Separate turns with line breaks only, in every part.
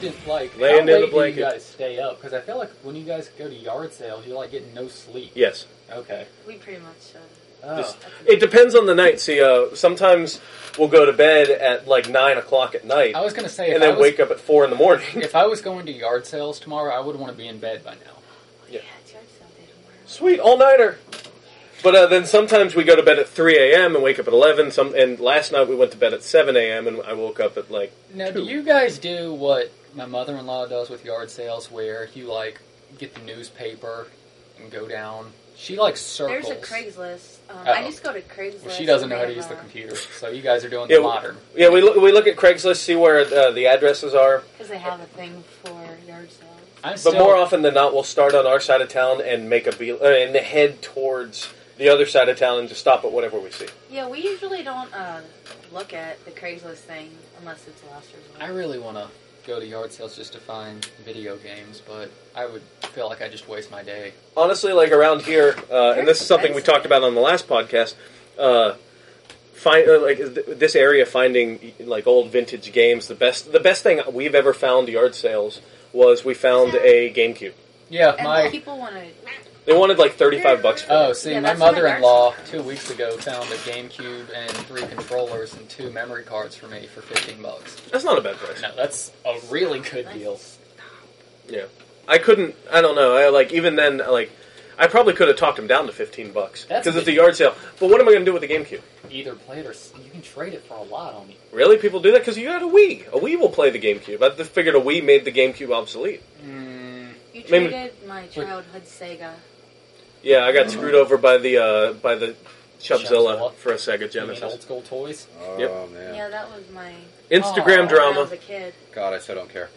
didn't like
Laying in
how
the
late do
blanket.
You guys stay up because I feel like when you guys go to yard sales, you're like getting no sleep.
Yes.
Okay.
We pretty much uh,
Oh.
Just- It depends on the night. See, uh, sometimes we'll go to bed at like nine o'clock at night,
Oh. I was gonna say, if
and
I,
then
was,
wake up at four in the morning.
if I was going to yard sales tomorrow, I would want to be in bed by now.
Yeah.
yeah, it's yard sale day tomorrow.
Sweet all nighter. But uh, then sometimes we go to bed at three a.m. and wake up at eleven. Some and last night we went to bed at seven a.m. and I woke up at like
Now,
True.
do you guys do what my mother-in-law does with yard sales, where you like get the newspaper and go down? She like circles.
There's a Craigslist. Um,
Oh.
I just go to Craigslist.
Well, she doesn't know
They
how to
have,
use the
uh,
computer, so you guys are doing
Yeah,
the
we-
modern.
yeah. We look we look at Craigslist, see where uh, the addresses are.
Because they have a thing for yard sales.
I'm
But
still,
more often than not, we'll start on our side of town and make a be- uh, and head towards the other side of town and just stop at whatever we see.
Yeah, we usually don't uh, look at the Craigslist thing unless it's last resort.
I really want to go to yard sales just to find video games, but I would feel like I just waste my day.
honestly, like around here, uh, and this is something we talked about on the last podcast. Uh, find uh, like th- this area finding like old vintage games. The best, the best thing we've ever found yard sales was we found a GameCube.
Yeah,
and
my
people want to.
They wanted like thirty-five bucks for. it.
Oh, see,
Yeah,
my
that's what my
mother-in-law two weeks ago found a GameCube and three controllers and two memory cards for me for fifteen bucks.
That's not a bad price.
Now that's a really good deal.
Yeah, I couldn't. I don't know. I like even then like. I probably could have talked him down to fifteen bucks
That's
because it's a
big.
yard sale. But what am I going to do with the GameCube?
Either play it or s- you can trade it for a lot on me.
Really, people do that because you got a Wii. A Wii will play the GameCube. I figured a Wii made the GameCube obsolete.
Mm,
You
Maybe-
treated my childhood Sega.
Yeah, I got screwed over by the uh, by the Chubzilla
Chubzilla.
for a Sega
you mean
Genesis.
old school toys?
Oh
Yep.
man,
Yeah, that was my
Oh.
Instagram
Aw.
when I
drama.
was a kid.
God, I so don't care.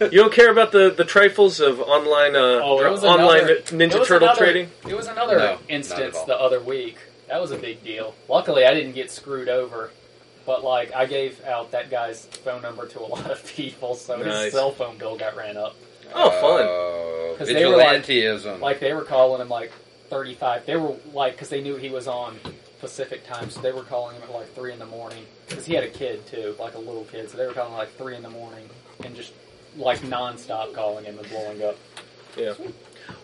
You don't care about the, the trifles of online uh,
Oh, it was
online
another- it
Ninja
was
Turtle
another-
trading.
It was another
No, not at
instance
all.
the other week. That was a big deal. Luckily, I didn't get screwed over. But like, I gave out that guy's phone number to a lot of people, so
Nice.
his cell phone bill got ran up.
Oh,
Uh,
fun.
Oh,
'Cause they were like-
vigilantism.
Like they were calling him like thirty-five. They were like, because they knew he was on Pacific time, so they were calling him at like three in the morning. Because he had a kid too, like a little kid, so they were calling like three in the morning and just like nonstop calling him and blowing up.
Yeah.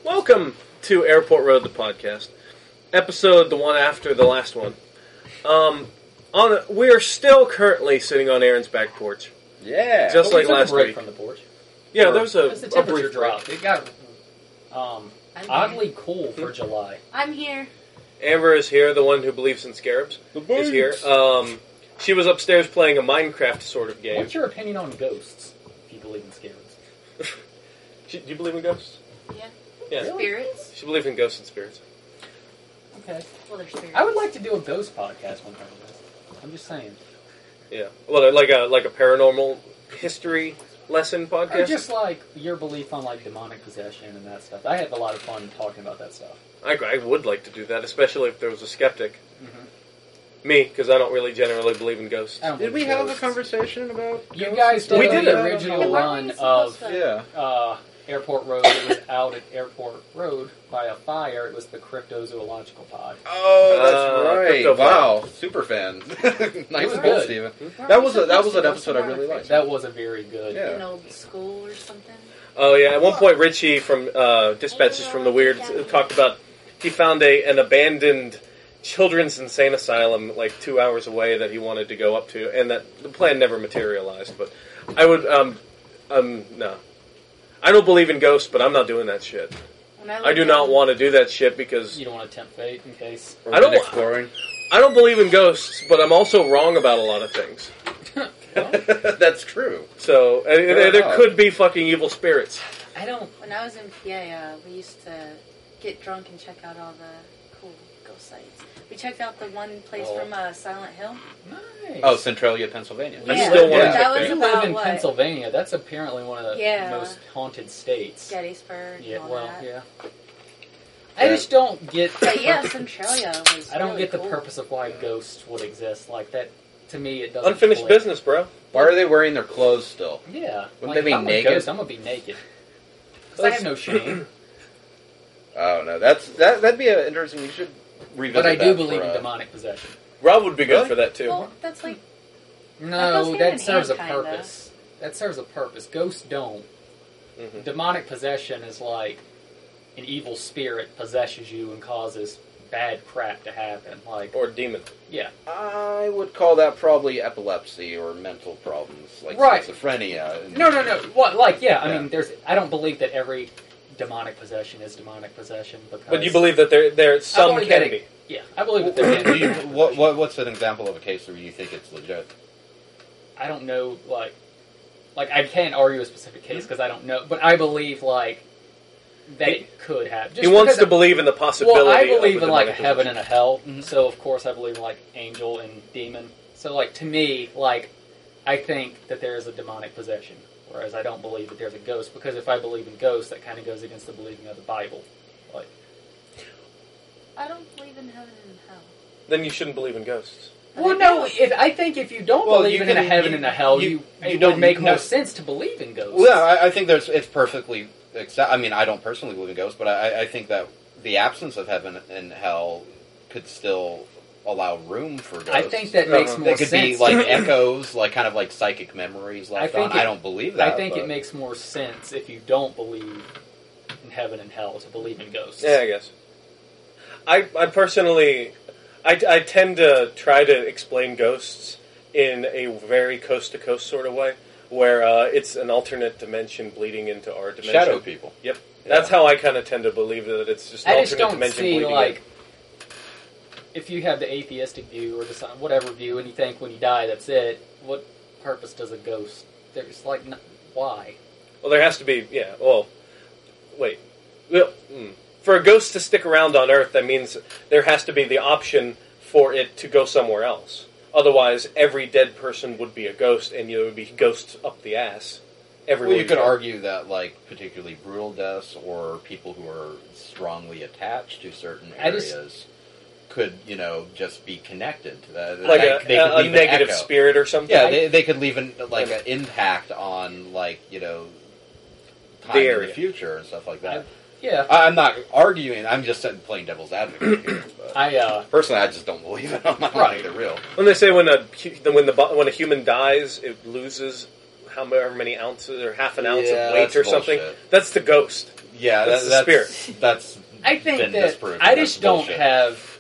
Welcome to Airport Road, the podcast episode, the one after the last one. Um, on a, we are still currently sitting on Aaron's back porch.
yeah.
Just
But we
like
took a
last
break
week.
from the porch.
Yeah,
Or-
there was a,
Because the
a
temperature
brief drop.
dropped. It got um,
I'm
oddly cool
Hmm?
for July.
I'm here.
Amber is here, the one who believes in scarabs,
the boobs.
is here. Um, she was upstairs playing a Minecraft sort of game.
What's your opinion on ghosts? If you believe in scarabs,
She, do you believe in ghosts?
Yeah.
Yeah.
Really?
Spirits.
She believes in ghosts and spirits.
okay.
Well, they're spirits.
I would like to do a ghost podcast one time. I'm just saying,
Yeah. Well, like a like a paranormal history lesson
or
podcast.
just like your belief on like demonic possession and that stuff. I had a lot of fun talking about that stuff.
I, I would like to do that, especially if there was a skeptic.
Mhm.
Me, because I don't really generally believe in ghosts.
I don't
Did
believe
we
in
have a
ghosts.
conversation about?
You guys did
We
the
did it.
Yeah,
original
weren't
run
we
of
supposed to-
Yeah.
uh, Airport Road. It was out at Airport Road by a fire. It was the cryptozoological pod.
Oh,
Uh,
that's
crypto
right. Wow, super fan.
was
nice one,
good.
Steven.
Weren't
That
we
was a, that
supposed
was an
to go
episode I
somewhere
really liked.
That was a very good.
Yeah.
An old school or something.
Oh yeah, at one point Richie from uh, Dispatches from the Weird uh, talked about he found a an abandoned children's insane asylum like two hours away that he wanted to go up to, and that the plan never materialized. But I would um um no, I don't believe in ghosts, but I'm not doing that shit.
When I,
I do
lived
not
in-
want to do that shit because
You don't want to tempt fate in case.
Or
I don't-
Urban exploring.
I don't believe in ghosts, but I'm also wrong about a lot of things.
that's true.
So and, and
Fair
there
enough.
could be fucking evil spirits.
I don't.
When I was in PA, uh, we used to get drunk and check out all the cool ghost sites. We checked out the one place
Oh.
from uh, Silent Hill.
Nice.
Oh, Centralia, Pennsylvania.
Yeah,
still want
to check
that was
you
about
live in
what?
Pennsylvania. That's apparently one of the
Yeah.
most haunted states.
Gettysburg.
Yeah,
and all
well,
that.
yeah. I just don't get. the
But yeah,
purpo-
Centralia was.
I don't
really
get the
cool.
purpose of why ghosts would exist. Like that, to me, it doesn't.
Unfinished
click.
business, bro.
Why are they wearing their clothes still?
Yeah. like,
Wouldn't they be
if I'm a
naked?
ghost, I'm gonna be naked. 'Cause I have no shame.
I don't know. That's that. That'd be uh, interesting. You should revisit.
but I do
that
believe
for,
in
uh,
demonic possession.
Rob would be good
Really?
for that too.
Well, that's like
No,
goes hand
that
in
serves
hand,
a
kinda.
purpose. that serves a purpose. Ghosts don't.
Mhm.
Demonic possession is like an evil spirit possesses you and causes bad crap to happen. Like,
Or demon.
yeah,
I would call that probably epilepsy or mental problems like
Right.
schizophrenia. and-
no, no, no. What? Like, yeah. I
Yeah.
mean, there's. I don't believe that every demonic possession is demonic possession because.
But you believe that there there
I've
some
only
can
got
be.
it. Yeah, I believe that there
Do
is.
you, what, what, what's an example of a case where you think it's legit?
I don't know, like, like I can't argue a specific case because I don't know, but I believe like that it could happen.
he wants
because
to
I-
believe in the possibility.
Well, I
of
believe
a
in like a
demonic
heaven and a hell,
Mhm.
so of course I believe in like angel and demon. So like to me, like I think that there is a demonic possession, whereas I don't believe that there's a ghost because if I believe in ghosts, that kind of goes against the believing of the Bible. Like
I don't believe in heaven and hell.
possession. Then you shouldn't believe in ghosts.
Well, no. If I think if you don't
Well,
believe
you
in a
can-
heaven
you-
and a hell,
you-
you,
you
it would
don't-
make
no.
more sense to believe in ghosts.
Well, yeah, I, I think there's it's perfectly accept. I mean, I don't personally believe in ghosts, but I, I think that the absence of heaven and hell could still allow room for ghosts.
I think that
No, no.
makes
That
more
They could
sense.
be like echoes, like kind of like psychic memories left
think
on.
it-
I don't believe that.
I think
but-
it makes more sense if you don't believe in heaven and hell to believe in ghosts.
Yeah, I guess. I, I personally, I, I tend to try to explain ghosts in a very coast to coast sort of way, where uh, it's an alternate dimension bleeding into our dimension.
shadow people.
Yep. That's
Yeah.
how I kind of tend to believe that it's just
I
an alternate
just don't
dimension
see
bleeding
like
in.
if you have the atheistic view or the sci- whatever view, and you think when you die that's it. What purpose does a ghost? There's like n- why?
Well, there has to be. Yeah. Well, wait. Well, mm. for a ghost to stick around on Earth, that means there has to be the option for it to go somewhere else. Otherwise, every dead person would be a ghost, and you would be ghosts up the ass. Everywhere
Well, you could
go.
argue that like particularly brutal deaths or people who are strongly attached to certain
I just-
areas could, you know, just be connected to that.
like
Like,
a,
they could
a, a
leave an
negative
echo.
spirit or something.
Yeah, they, they could leave an like
Yeah.
an impact on like you know time
The
in
area.
the future and stuff like that.
Yeah,
I, I'm not arguing. I'm just playing devil's advocate here. But
I uh,
personally, I just don't believe it. I'm not
Right.
right. they're real.
when they say when a hu- when the bo- when a human dies, it loses however many ounces or half an ounce
Yeah,
of weight
that's
or something.
bullshit.
That's the ghost.
Yeah,
That's
that,
the
that's, That's
I think
been
that
disproved.
I
That's
just don't
bullshit.
have.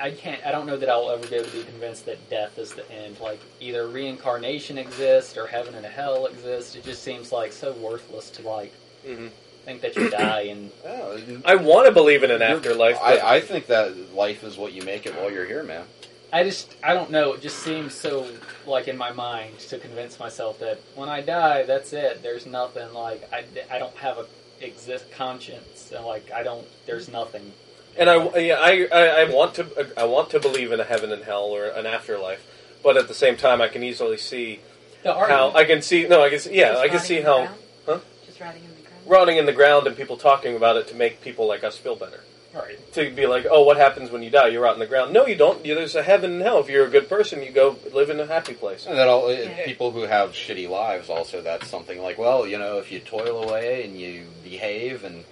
I can't. I don't know that I'll ever be able to be convinced that death is the end. Like either reincarnation exists or heaven and hell exist. It just seems like so worthless to like
hmm
think that you die and
Oh,
I want to believe in an afterlife. but-
I, I think that life is what you make it while you're here, man.
I just I don't know. It just seems so like in my mind to convince myself that when I die, that's it. There's nothing like I, I don't have a exist conscience and like I don't. There's nothing.
And I, yeah, I, I, I want to, I want to believe in a heaven and hell or an afterlife, but at the same time, I can easily see
the
how
argument.
I can see. No, I can see. Yeah,
Just
I can
rotting
see
in the
how
ground?
Huh?
Just rotting in the ground.
rotting in the ground and people talking about it to make people like us feel better.
Right.
To be like, oh, what happens when you die? You rot in the ground. No, you don't. You- There's a heaven and hell. If you're a good person, you go live in a happy place.
And that all uh,
Yeah.
people who have shitty lives also that's something like well you know if you toil away and you behave and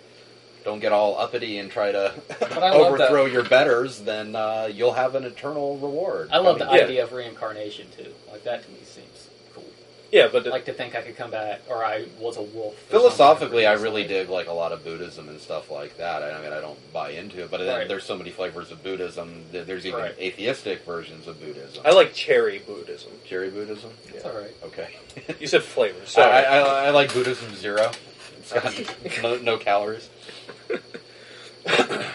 don't get all uppity and try to
I love that.
overthrow your betters then uh, you'll have an eternal reward.
I love the
mean,
Yeah.
idea of reincarnation too. Like that to me seems cool.
Yeah, but
Like to think I could come back or I was a wolf. or
Philosophically, I
something.
really dig like a lot of Buddhism and stuff like that. I mean, I don't buy into it, but then
Right.
there's so many flavors of Buddhism. There- There's even
Right.
atheistic versions of Buddhism.
I like cherry Buddhism.
cherry Buddhism.
It's all right.
Okay,
You said flavors.
so I,
Sorry.
I, I like Buddhism zero. It's got no, no calories.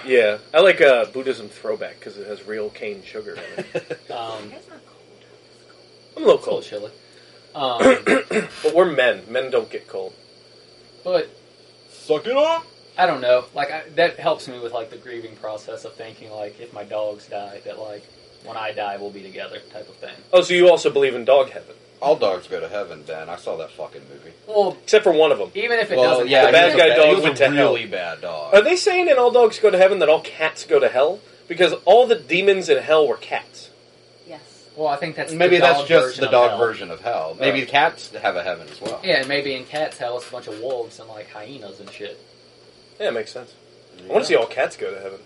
yeah, I like uh, Buddhism throwback because it has real cane sugar in it.
Um,
It's not cold. It's cold.
I'm a little
it's cold
cold,
chili. Um,
but we're men. Men don't get cold.
but
Suck it up.
I don't know. Like I, that helps me with like the grieving process of thinking like if my dogs die, that like when I die we'll be together type of thing.
Oh, so you also believe in dog heaven?
All dogs go to heaven, Ben. I saw that fucking movie.
Well,
Except for one of them.
even if it
well,
doesn't,
yeah,
The
happen,
he was
bad
a
guy
ba-
dog
he was
went
a
to hell.
really bad dog.
Are they saying in All Dogs Go to Heaven that all cats go to hell? Because all the demons in hell were cats.
Yes.
Well, I think that's
Maybe
the
that's
dog
just
version
the
of
dog
hell.
version of hell. Maybe
Right.
the cats have a heaven as well.
Yeah, and maybe in Cat's Hell it's a bunch of wolves and like hyenas and shit.
Yeah, it makes sense. I want to see all cats go to heaven.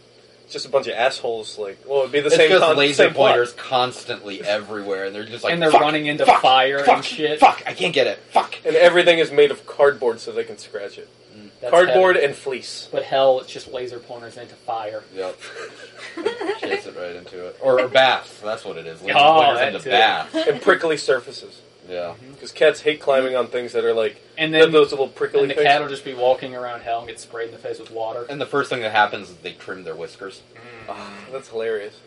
just a bunch of assholes. Like, well, it'd be the
it's
same
just
con-
laser
same plot.
pointers constantly everywhere, and they're just like
And they're
"Fuck,
running into
fuck,
fire
fuck,
and shit.
Fuck! I can't get it. Fuck!
and everything is made of cardboard, so they can scratch it.
That's
cardboard
heaven.
and fleece.
But hell, it's just laser pointers into fire.
Yep. Chase it right into it, or, or baths. That's what it is. Laser
Oh,
pointers
that
into
too.
baths.
and prickly surfaces.
Yeah.
Because cats hate climbing on things that are like
And
they have
then
those little prickly
and the
things.
cat will just be walking around hell and get sprayed in the face with water.
And the first thing that happens is they trim their whiskers.
Ah, that's hilarious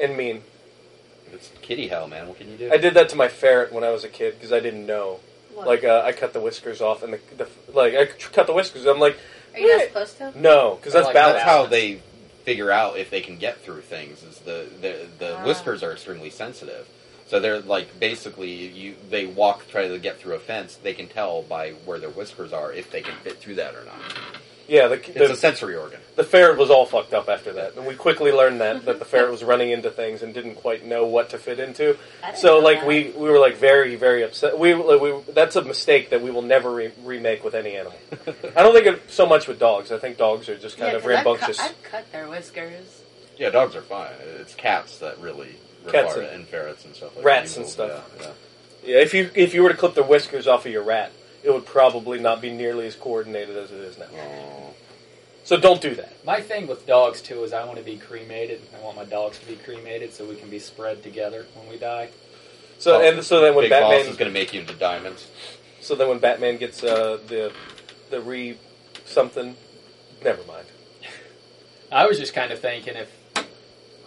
and mean.
It's kitty hell, man. What can you do?
I did that to my ferret when I was a kid because I didn't know.
What?
Like uh, I cut the whiskers off and the, the like I cut the whiskers. I'm like
Are you not supposed to?
no because that's
Like,
bad.
That's how they figure out if they can get through things. Is the the, the
Ah.
whiskers are extremely sensitive, so they're like basically you they walk try to get through a fence. They can tell by where their whiskers are if they can fit through that or not.
Yeah, the,
It's a
the,
sensory organ.
the ferret was all fucked up after that, and we quickly learned that that the ferret was running into things and didn't quite know what to fit into.
I didn't
So
know
like
that.
we, we were like very very upset. We, like, we that's a mistake that we will never re- remake with any animal. I don't think it, so much with dogs. I think dogs are just kind
yeah,
of
'cause I've cut-
rambunctious.
I've cut their whiskers.
Yeah, dogs are fine. It's cats that really require
Cats
it,
and-
and ferrets and stuff like
rats
that.
and stuff.
Yeah, yeah.
yeah, if you if you were to clip the whiskers off of your rat, it would probably not be nearly as coordinated as it is now.
Oh.
So don't do that.
My thing with dogs too is I want to be cremated. I want my dogs to be cremated so we can be spread together when we die.
So
Oh,
and so then when
Big
Batman
Boss is going to make you into diamonds.
So then when Batman gets uh, the the re something, never mind.
I was just kind of thinking if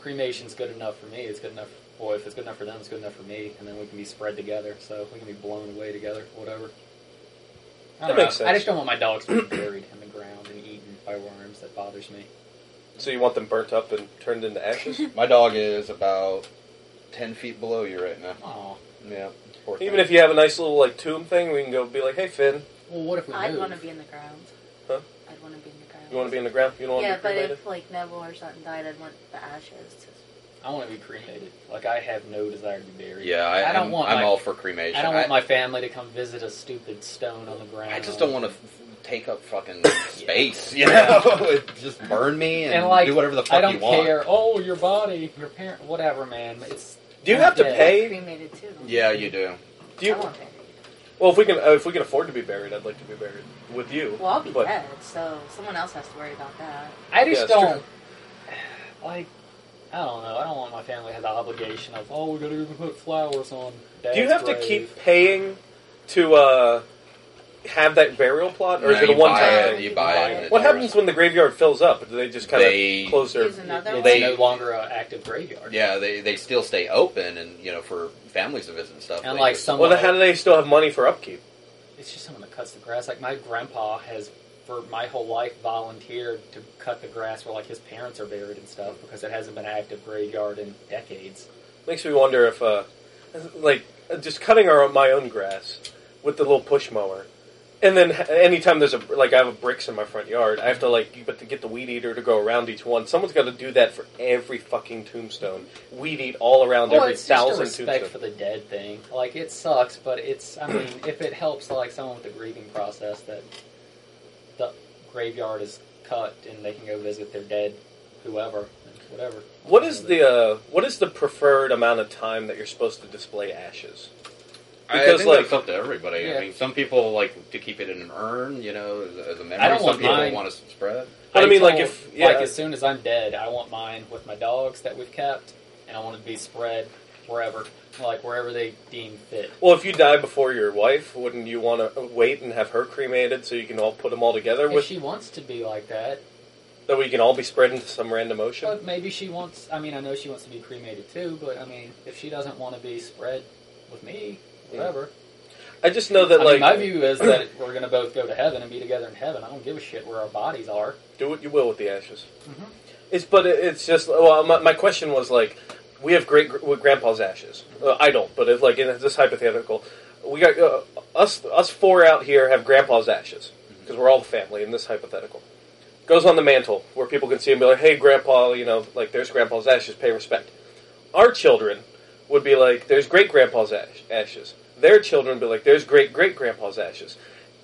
cremation's good enough for me, it's good enough. Well, if it's good enough for them, it's good enough for me, and then we can be spread together. So we can be blown away together, whatever. I
That
don't know.
makes sense.
I just don't want my dogs to be buried in the ground and eaten by worms. That bothers me.
So you want them burnt up and turned into ashes?
My dog is about ten feet below you right now.
Oh,
Yeah. poor
Even
thing.
if you have a nice little like tomb thing, we can go be like, "Hey Finn,
well, what if we
I'd
move?
want to be in the ground.
Huh?
I'd want to be in the ground.
you want to be in the ground? You don't want to
Yeah,
be
but
cremated?"
if like Neville or something died, I'd want the ashes to.
I want to be cremated. Like I have no desire to be buried.
Yeah, I,
I don't
am
want
I'm
my-
all for cremation.
I don't want my family to come visit a stupid stone on the ground.
I just don't want to take up fucking space. You
Yeah.
know, just burn me and,
And, like,
do whatever the fuck
I don't
you want.
care. Oh, your body, your parent, whatever, man. It's
Do you have to
Yeah.
pay?
Cremated too.
Yeah, you do.
Do you?
I want that.
Well, if we can, uh, if we can afford to be buried, I'd like to be buried with you.
Well, I'll be
But-
dead, so someone else has to worry about that.
I just
Yeah, it's
don't like. I don't know. I don't want my family to have the obligation of oh, we gotta even put flowers on. Dad's
Do you have
grave.
to keep paying to uh, have that burial plot, or
No,
is it a
you
one
buy
time?
it,
thing?
you buy it. and
What
it
happens when the graveyard fills up? Do they just kind
They-
of close their?
Here's another
It's
one.
They-
no longer an active graveyard.
Yeah, they they still stay open and you know for families to visit and stuff.
And
they
like
just-
someone,
Well, then how do they still have money for upkeep?
it's just someone that cuts the grass. Like my grandpa has for my whole life volunteered to cut the grass where like his parents are buried and stuff because it hasn't been an active graveyard in decades.
Makes me wonder if, uh, like, just cutting our my own grass with the little push mower, and then h- anytime there's a like I have a bricks in my front yard, I have to like but to get the weed eater to go around each one. Someone's got to do that for every fucking tombstone. Weed eat all around
Well,
every
it's just a
thousand
respect for
tombstone.
the dead thing. Like it sucks, but it's. I mean, if it helps, like someone with the grieving process, that the graveyard is cut and they can go visit their dead, whoever, and whatever.
What is the uh, what is the preferred amount of time that you're supposed to display ashes?
I- I
because,
think
like-
that's up to everybody. I
Yeah.
mean, some people like to keep it in an urn, you know, as, as a memory.
I don't
some
want
people
mine-
want to spread.
But I, mean, like
told-
if yeah,
like as soon as I'm dead, I want mine with my dogs that we've kept, and I want it to be spread wherever, like wherever they deem fit.
well, if you die before your wife, wouldn't you want to wait and have her cremated so you can all put them all together
If
with
she wants to be like that,
that we can all be spread into some random ocean?
but maybe she wants. I mean, I know she wants to be cremated too, but I mean, if she doesn't want to be spread with me, whatever.
I just know that
I
like
mean, my view is that we're gonna both go to heaven and be together in heaven. I don't give a shit where our bodies are.
do what you will with the ashes.
Mhm.
It's but it- it's just well, my, my question was like, we have great gr- with grandpa's ashes. Uh, I don't, but if, like in this hypothetical, we got uh, us us four out here have grandpa's ashes because we're all the family in this hypothetical. Goes on the mantle where people can see and be like, "Hey, grandpa, you know, like there's grandpa's ashes. Pay respect." Our children would be like, "There's great grandpa's ash- ashes." Their children would be like, "There's great great grandpa's ashes."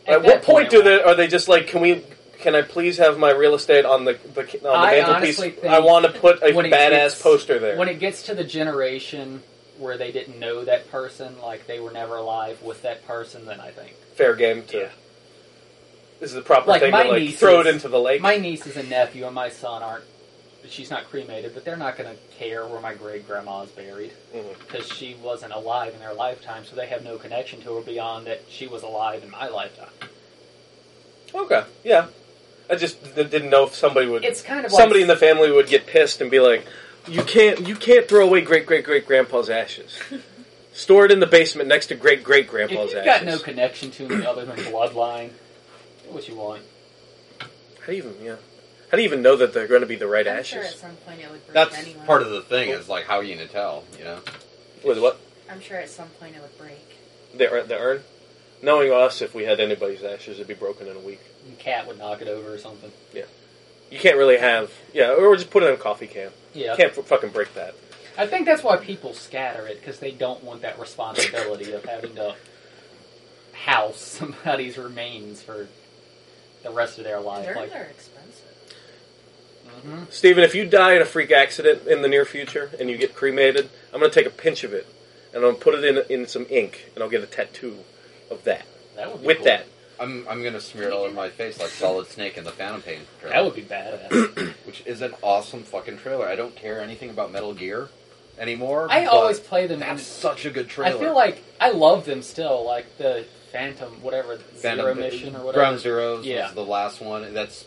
At
At, what
that point,
point do they are they just like, "Can we can I please have my real estate on the the, on Oh, the
I
mantelpiece?
honestly think
I want to put a
when it
badass
gets-
poster there.
When it gets to the generation where they didn't know that person, like they were never alive with that person, then I think.
Fair game to.
Yeah.
This is the proper
Like,
thing
my
to like
niece
throw it
is-
into the lake.
My nieces and nephew and my son aren't. She's not cremated, but they're not going to care where my great grandma is buried
Mhm.
because she wasn't alive in their lifetime, so they have no connection to her beyond that she was alive in my lifetime.
Okay, yeah. I just d- didn't know if somebody would
It's kind of like
somebody in the family would get pissed and be like, "You can't, you can't throw away great great great grandpa's ashes. Store it in the basement next to great great
if
grandpa's
you've
ashes."
got no connection to me other than bloodline, do what you want.
How do you even yeah? How do you even know that they're going to be the right
I'm
ashes?
sure at some point it would break
That's
anyway.
part of the thing is like how are you gonna tell? You know,
With what
I'm sure at some point it would break.
the ur- the urn? Knowing us, if we had anybody's ashes, it'd be broken in a week.
And cat would knock it over or something.
You can't really have yeah, or just put it in a coffee can.
Yeah,
Can't f- fucking break that.
I think that's why people scatter it because they don't want that responsibility of having to house somebody's remains for the rest of their life.
They're
Like,
they're expensive.
hmm
Steven, if you die in a freak accident in the near future and you get cremated, I'm going to take a pinch of it and I'm going to put it in in some ink and I'll get a tattoo of that.
that would be
With
cool.
that,
I'm I'm gonna smear it all over my face like Solid Snake in the Phantom Pain trailer,
That would be badass.
which is an awesome fucking trailer. I don't care anything about Metal Gear anymore.
I
but
always play them.
that's
in
such a good
I
trailer.
feel like I love them still, like the Phantom, whatever
Phantom
Zero Mission or whatever.
Ground Zeroes
Yeah.
was the last one. and That's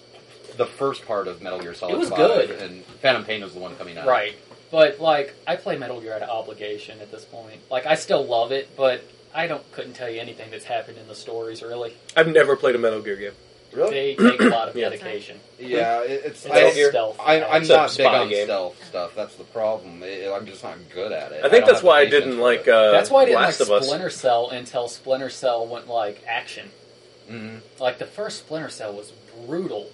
the first part of Metal Gear Solid.
It was
5,
good.
and Phantom Pain was the one coming out.
Right. But like I play Metal Gear out of obligation at this point. Like I still love it, but I don't couldn't tell you anything that's happened in the stories really.
I've never played a Metal Gear game.
Really?
They take a lot of
Yeah.
dedication.
Yeah, it, it's.
And
Metal
that's
I,
Gear.
stealth.
I, I'm
It's a
not big
spy
on
game.
stealth stuff. That's the problem. I- I'm just not good at it.
I think
don't
that's
have the
why I
patience
didn't
for
like
it.
uh,
That's why I didn't
Last
like
of Us.
Splinter Cell until Splinter Cell went like action.
Mhm.
Like the first Splinter Cell was brutal,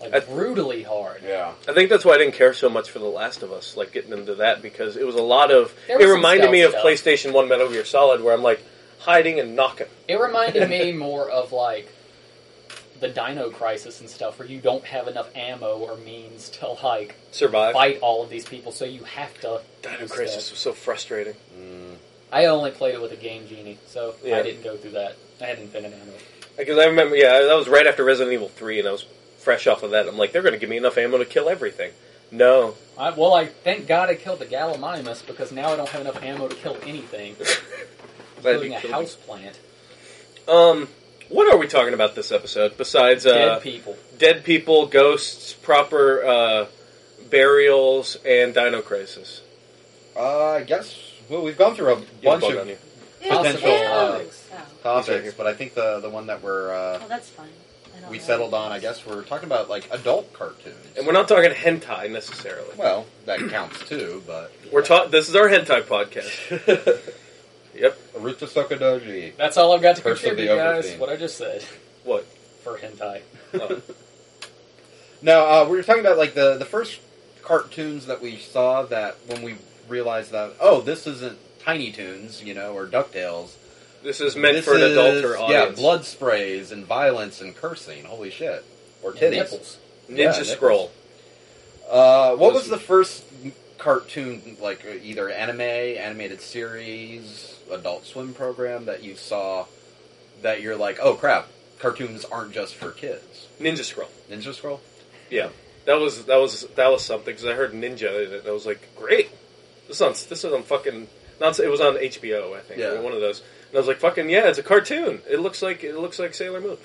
like
I-
brutally hard.
Yeah.
I think that's why I didn't care so much for The Last of Us, like getting into that because it was a lot of.
There
It
was some
reminded me of
stealth
PlayStation One Metal Gear Solid, where I'm like hiding and knocking.
It reminded me more of like the Dino Crisis and stuff, where you don't have enough ammo or means to like
Survive.
fight all of these people, so you have to.
Dino Crisis was so frustrating.
Mm.
I only played it with a Game Genie, so
Yeah.
I didn't go through that. I had infinite ammo.
Because I remember, yeah, that was right after Resident Evil 3, and I was fresh off of that. I'm like, they're going to give me enough ammo to kill everything. No.
I, well, I thank God I killed the Gallimimus because now I don't have enough ammo to kill anything,
Glad
including
you
a
killed
house plant.
me. Um, what are we talking about this episode besides uh,
Dead people.
dead people, ghosts, proper uh, burials, and Dino Crisis?
Uh, I guess well, we've gone through a
You have
bunch
a bug on
of
you.
Potential, uh,
Ew. oh.
topics, but I think the the one that we're uh,
Well, that's fine. I don't
we
know.
settled on, I guess, we're talking about like adult cartoons.
And we're not talking hentai necessarily.
well, that counts too, but
We're ta- This is our hentai podcast. yep.
Aruta Sokodoji.
That's all I've got to
Curse of the
contribute, guys.
Overfiend.
What I just said
What?
for hentai.
Oh.
No, uh, we were talking about like the the first cartoons that we saw that when we realized that oh, this isn't Tiny Toons, you know, or Ducktales.
This is meant
This
for an adult
is-
or audience.
Yeah, blood sprays and violence and cursing. Holy shit! Or
And
titties.
nipples.
Ninja
yeah, nipples.
Scroll.
Uh, what was the first cartoon, like uh, either anime, animated series, Adult Swim program that you saw that you're like, oh crap, cartoons aren't just for kids?
Ninja Scroll.
Ninja Scroll.
Yeah, that was that was that was something because I heard Ninja in it and I was like, great. This on this is on fucking. Not it was on HBO, I think,
Yeah.
or one of those. And I was like, fucking yeah, it's a cartoon. It looks like it looks like Sailor Moon.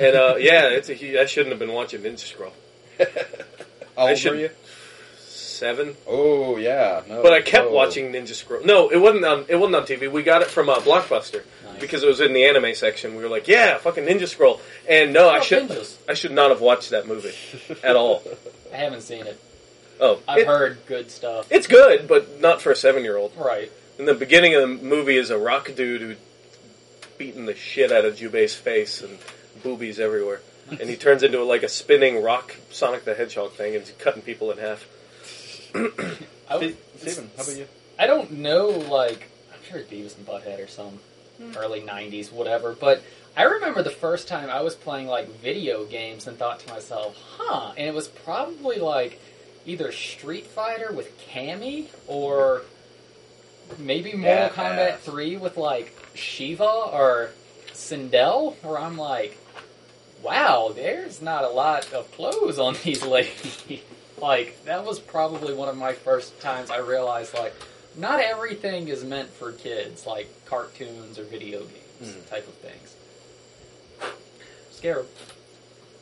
And uh, yeah, it's a, hu- I shouldn't have been watching Ninja Scroll.
How
I
old
should-
were you?
Seven,
Oh yeah, no,
but I kept
oh.
watching Ninja Scroll. No, it wasn't on. It wasn't on TV. We got it from uh, Blockbuster
Nice.
because it was in the anime section. We were like, yeah, fucking Ninja Scroll. And no, I
Oh,
should
ninjas.
I should not have watched that movie at all.
I haven't seen it.
Oh,
I've
it-
heard good stuff.
it's good, but not for a seven year old.
Right.
In the beginning of the movie is a rock dude who beating the shit out of Jubei's face and boobies everywhere. And he turns into like a spinning rock Sonic the Hedgehog thing and he's cutting people in half.
I,
Ste-
would-
Oh, Steven, how about you?
I don't know, like, I'm sure it's Beavis and Butthead or some early 90s, whatever, but I remember the first time I was playing like video games and thought to myself, huh, and it was probably like either Street Fighter with Cammy or maybe Mortal
Badass.
Kombat 3 with like Shiva or Sindel, where I'm like, wow, there's not a lot of clothes on these ladies. like, that was probably one of my first times I realized, like, not everything is meant for kids, like cartoons or video games
Hmm.
Mm.
type of things. Scarab.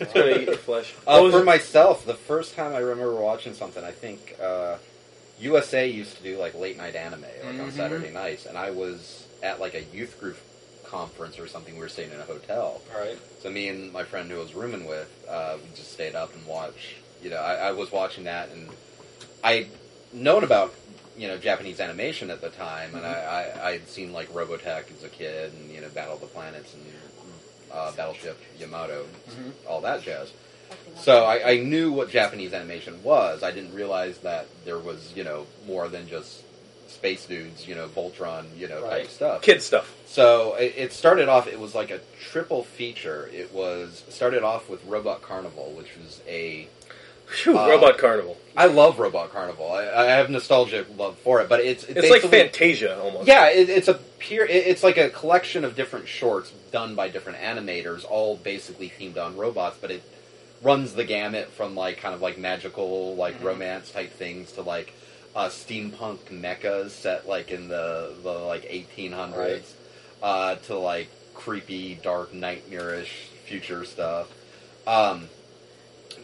It's gonna eat your flesh. What
Uh,
was
for
it?
myself, the first time I remember watching something, I think uh, USA used to do like late night anime, like on
Mm-hmm.
Mhm.
Saturday nights, and I was at like a youth group conference or something. We were staying in a hotel,
All right.
so me and my friend who I was rooming with, uh, we just stayed up and watched. You know, I, I was watching that, and I known about you know Japanese animation at the time, and I, I I had seen like Robotech as a kid, and you know Battle of the Planets and uh, Battleship Yamato,
Mhm.
all that jazz. So I, I knew what Japanese animation was. I didn't realize that there was, you know, more than just space dudes, you know, Voltron, you know,
Right.
type stuff.
Kid stuff.
So it, it started off. It was like a triple feature. It was it started off with Robot Carnival, which was a.
Phew,
Uh,
Robot Carnival.
I love Robot Carnival. I, I have nostalgic love for it, but it's
It's like
basically-
Fantasia almost.
yeah, it, it's a peer. It, it's like a collection of different shorts done by different animators, all basically themed on robots. But it runs the gamut from like kind of like magical, like
Mhm.
romance type things to like uh, steampunk mechas set like in the the like eighteen hundreds uh, to like creepy, dark, nightmarish future stuff. Um,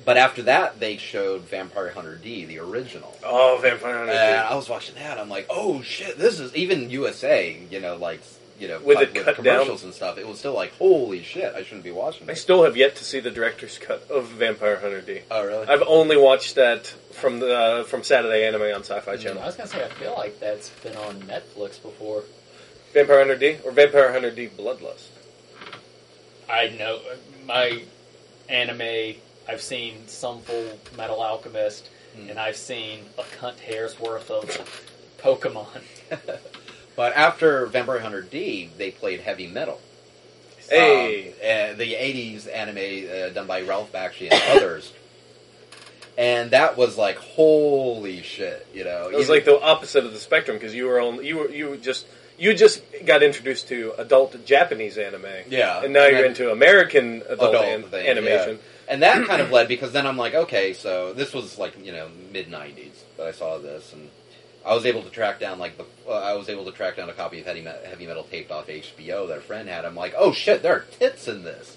but after that, they showed Vampire Hunter D, the original.
Oh, Vampire Hunter.
And I was watching that. I'm like, oh shit, this is even USA. You know, like you know,
With
cut-
it
with
cut
commercials and stuff. It was still like, holy shit, I shouldn't be watching
D. I
this.
still have yet to see the director's cut of Vampire Hunter D.
Oh really?
I've only watched that from the from Saturday Anime on Sci-Fi Channel.
I was gonna say I feel like that's been on Netflix before.
Mm.
Vampire Hunter D or Vampire Hunter D Bloodlust.
I know my anime. I've seen some full Metal Alchemist,
Hmm.
Mm.
and I've seen a cunt hair's worth of Pokemon.
but after Vampire Hunter D, they played heavy metal.
Hey,
um, uh, the '80s anime uh, done by Ralph Bakshi and others. And that was like, holy shit, you know.
it was
even-
like the opposite of the spectrum because you were only you were you just you just got introduced to adult Japanese anime,
yeah,
and now you're
then-
into American adult,
Adult
an-
Oh, thing,
animation.
And that kind of led because then I'm like, okay, so this was like you know mid '90s that I saw this, and I was able to track down like the uh, I was able to track down a copy of heavy, Met- heavy metal taped off HBO that a friend had. I'm like, oh shit, there are tits in this.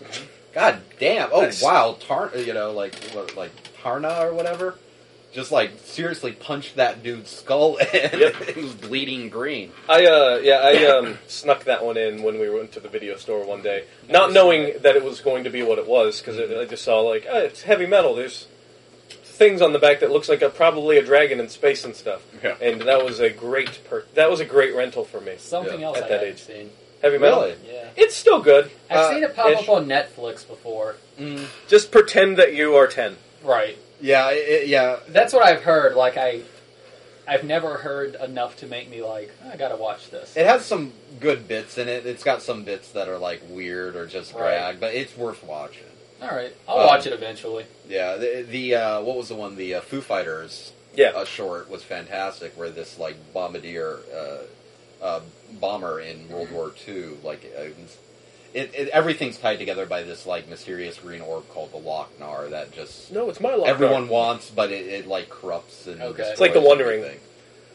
God damn! Oh
Mm-hmm. Nice.
wow, Tar you know like what, like Tarna or whatever. Just like seriously punched that dude's skull and
Yep.
it was bleeding green.
I uh yeah I um snuck that one in when we went to the video store one day, not knowing that it was going to be what it was because I just saw like oh, it's heavy metal. There's things on the back that looks like a, probably a dragon in space and stuff,
Yeah.
and that was a great per- that was a great rental for me.
Something
Yeah,
else
at
I
that
haven't
age.
seen.
Heavy metal.
Really?
Yeah,
It's still good.
I've
Uh,
seen it pop
ish.
up on Netflix before.
Mm,
Just pretend that you are ten.
Right.
yeah, it, it- yeah.
That's what I've heard. Like I, I've never heard enough to make me like I gotta watch this.
It has some good bits in it. It's got some bits that are like weird or just
Right.
drag, but it's worth watching.
All right, I'll
Um,
watch it eventually.
Yeah, the, the uh, what was the one? The uh, Foo Fighters
Yeah.
uh, short was fantastic, where this like bombardier uh, uh, bomber in World
Mhm.
Mm-hmm.
War II, like uh, it, it, everything's tied together by this like mysterious green orb called the Lochnar that just
No, it's my lock.
everyone wants, but it, it like corrupts and
Okay.
It's like the
destroys
Wandering.
everything.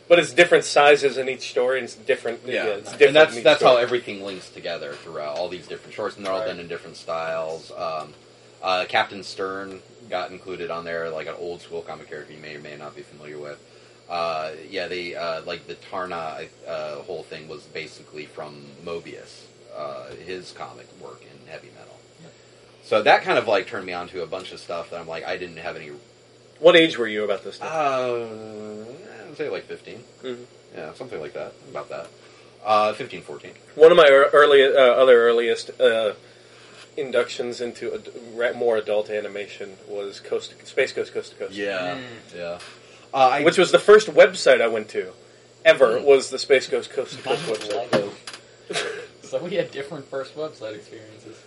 But it's different sizes in each story, and it's different.
Yeah,
it's different.
and that's
in each
that's how
story.
everything links together throughout all these different shorts, and they're all
Right.
done in different styles. Um, uh, Captain Stern got included on there, like an old school comic character you may or may not be familiar with. Uh, yeah, they uh, like the Tarna uh, whole thing was basically from Mobius, uh, his comic work in heavy metal.
Yeah.
So that kind of like turned me on to a bunch of stuff that I'm like I didn't have any.
What age were you about this? Stuff?
Uh, I'd say like 15,
Mhm.
yeah, something like that, about that, uh, 15, 14.
One of my ear- early, uh, other earliest uh, inductions into ad- ra- more adult animation was Coast to, Space Coast Coast to Coast.
Yeah,
Mm.
yeah. Uh, I,
Which was the first website I went to ever
Mm.
was the Space Coast Coast to Coast
Mine was
website.
Lego. So we had different first website experiences.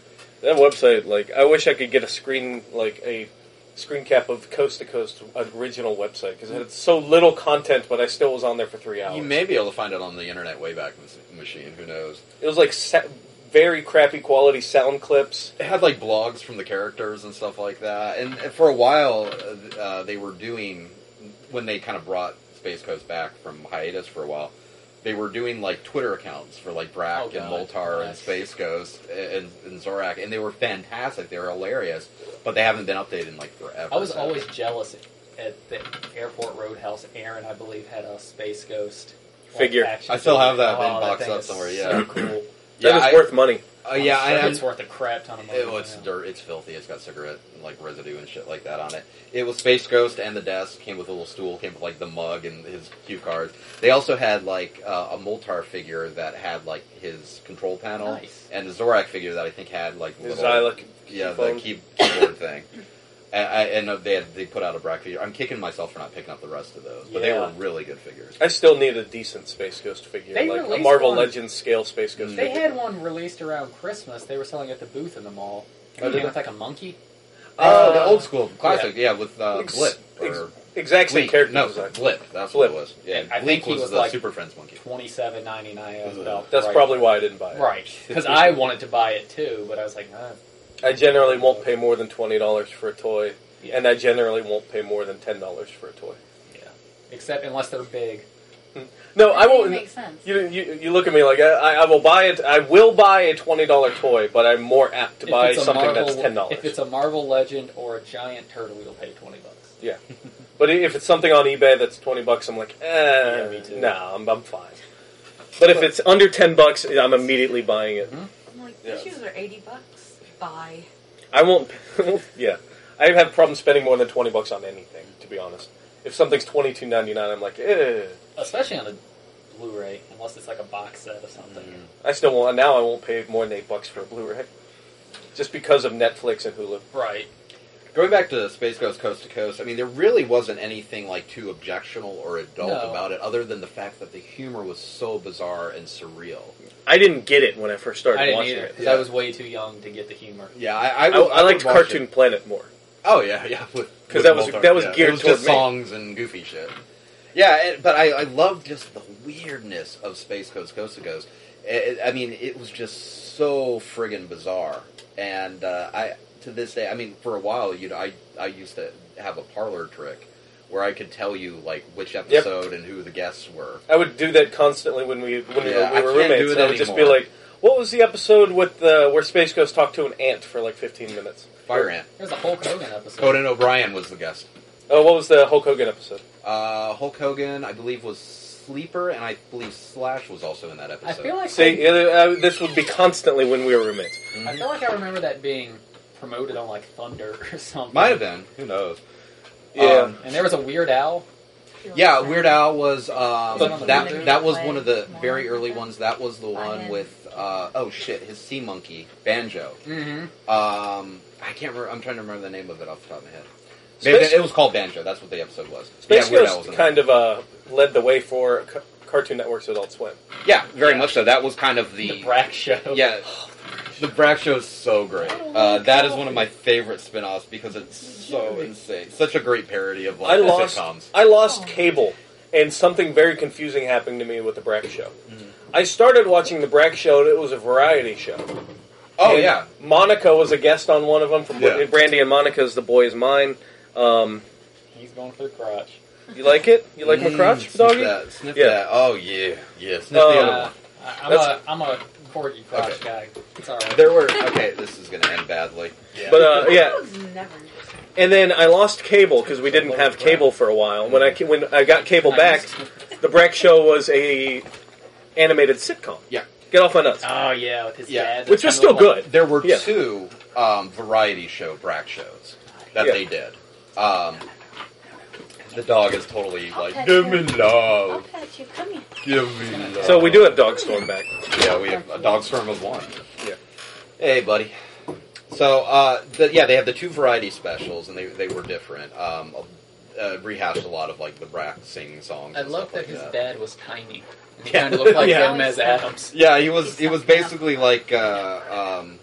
That website, like, I wish I could get a screen, like a screen cap of coast to coast original website because it had so little content, but I still was on there for three hours.
You may be able to find it on the internet Wayback Mas- Machine. Who knows?
it was like sa- very crappy quality sound clips.
It had like blogs from the characters and stuff like that. And and for a while, uh, they were doing when they kind of brought Space Coast back from hiatus for a while. They were doing like Twitter accounts for like Brack
Oh,
and
God.
Moltar and
Yes.
Space Coast and, and Zorak, and they were fantastic. They were hilarious, but they haven't been updated in like forever.
I was
so-
always jealous at the airport roadhouse. Aaron, I believe, had a space ghost like,
Figure.
action
I still have that
figure.
in
Oh,
box
thing
up
is
somewhere,
so
yeah.
cool.
That
yeah,
was
I-
worth money.
uh, yeah,
I'm
I,
sure
I'm-
it's worth a crap ton of money.
It was
right now.
dirt. Oh, It's filthy. It's got cigarette like residue and shit like that on it. It was Space Ghost and the desk came with a little stool, came with like the mug and his cue cards. They also had like uh, a Moltar figure that had like his control panel
Nice.
and a Zorak figure that I think had like
The Xyla key-
yeah,
phone.
the key, keyboard thing. And, I, and uh, they had, they put out a Brack figure. I'm kicking myself for not picking up the rest of those, but they
Yeah.
were really good figures.
I still need a decent Space Ghost figure,
They
like a
released
Marvel
one.
Legends scale Space
Mm.
Ghost.
They
figure.
had one released around Christmas. They were selling at the booth in the mall. It
Oh, did
came
they?
with like a monkey.
Oh, the
Uh,
old school classic, yeah, with uh,
Ex-
Blip
ex-
or
exact same
Bleak.
character
No,
design.
Blip. That's
Blip.
what it was. Yeah,
And I think
Bleak
he
was,
was,
the
like,
Super Friends monkey.
Twenty seven ninety nine.
Ugh.
That's probably why I didn't buy it.
right because I wanted to buy it too, but I was like, ah,
I generally won't pay more than twenty dollars for a toy,
Yeah.
and I generally won't pay more than ten dollars for a toy.
yeah. Except unless they're big.
No, I
Doesn't
won't.
Make sense.
You, you, you look at me like I, I will buy it. I will buy a twenty dollar toy, but I'm more apt to
If
buy
it's a
something
Marvel-
that's ten
If it's
dollars.
a Marvel Legend or a giant turtle, you'll pay twenty bucks.
But i- if it's something on eBay that's twenty bucks, I'm like, eh,
Yeah, me too.
nah, I'm, I'm fine. But if it's under ten bucks, I'm immediately buying
Mm-hmm.
it.
I'm like,
Yeah.
these shoes are 80 bucks. Buy.
I won't. yeah, I have problems spending more than twenty bucks on anything. To be honest, if something's twenty two ninety nine, I'm like, eh.
especially on a Blu-ray, unless it's like a box set or something.
Mm.
I still won't. Now I won't pay more than eight bucks for a Blu-ray, just because of Netflix and Hulu.
Right.
Going back to Space Ghost Coast to Coast, I mean, there really wasn't anything like too objectionable or adult
No.
about it, other than the fact that the humor was so bizarre and surreal.
I didn't get it when I first started
I didn't
watching
either
it.
because
yeah.
I was way too young to get the humor.
Yeah, I I,
I,
would-
I
would
liked
watch
Cartoon
it.
Planet more.
Oh yeah, yeah, with
'Cause
with
that was-
Walter,
that was
yeah.
geared
It was just
toward me.
songs and goofy shit. Yeah, it, but I, I loved just the weirdness of Space Coast Coast to Coast. It- it- I mean, it was just so friggin' bizarre, and uh, I to this day, I mean, for a while, you know, I I used to have a parlor trick where I could tell you like which episode and who the guests were.
I would do that constantly when we when
Yeah,
we,
I
were
can't do
roommates.
it
I would just be
anymore.
like, "What was the episode with uh, where Space Ghost talked to an ant for like 15 minutes?"
Fire Ant.
There's a Hulk Hogan episode.
Conan O'Brien was the guest.
Oh, what was the Hulk Hogan episode?
Uh, Hulk Hogan, I believe, was Sleeper, and I believe Slash was also in that episode.
I feel like
See, yeah, uh, this would be constantly when we were roommates.
I feel like I remember that being promoted on like Thunder or something.
Might have been. Who knows?
Yeah,
Um,
And there was a Weird Al.
Yeah, Weird Al was um,
But
that. That was one of the very early ones. That was the one with uh, oh shit, his sea monkey banjo.
Mm-hmm.
Um, I can't. remember. I'm trying to remember the name of it off the top of my head. Maybe
Space,
it was called banjo. That's what the episode was.
Space
yeah, Weird Al
Ghost
was in it.
kind of uh, led the way for Ca- Cartoon Network's Adult Swim.
Yeah, very
Yeah.
much so. That was kind of
The,
the,
Brack Show.
yeah.
Oh,
The Brack Show is so great. Uh, that is one of my favorite spin-offs because it's so insane. Such a great parody of
I
like
lost.
sitcoms.
I lost
Oh.
cable, and something very confusing happened to me with the Brack Show.
Mm-hmm.
I started watching the Brack Show, and it was a variety show.
Oh
And
yeah,
Monica was a guest on one of them from
Yeah.
Brandy and Monica's "The Boy Is Mine." Um,
He's going for the crotch.
you like it? You like my
Mm,
crotch,
sniff
doggy?
That, sniff
Yeah.
that. Oh yeah, yeah. Sniff
Uh,
the other
Uh,
one.
I- I'm
That's-
a I'm a corgi crotch guy. It's alright.
There were okay. This is gonna end badly.
But uh, yeah,
That was never interesting.
and then I lost cable because we didn't have cable for a while. When I ca- when I got cable back, the Brack Show was a animated sitcom.
Yeah.
Get off my nuts.
Oh yeah, with his
Yeah.
dad.
Which was still good.
There were
Yeah.
two um, variety show Brack shows that
Yeah.
they did. Um, the dog is totally
I'll
like,
pet
give me
him. I'll
love,
pet you. Come here.
give me love.
So we do have Dog Storm back.
Yeah, we have a dog sperm of one.
Yeah.
Hey, buddy. So, uh, the, yeah, they had the two variety specials, and they, they were different. Um, uh, rehashed a lot of like the Brack sing songs.
I
and
love
stuff
that
like
his dad was tiny.
Yeah.
Kind of looked like
Yeah.
him as Adams.
Yeah, he was. He was basically like uh, um,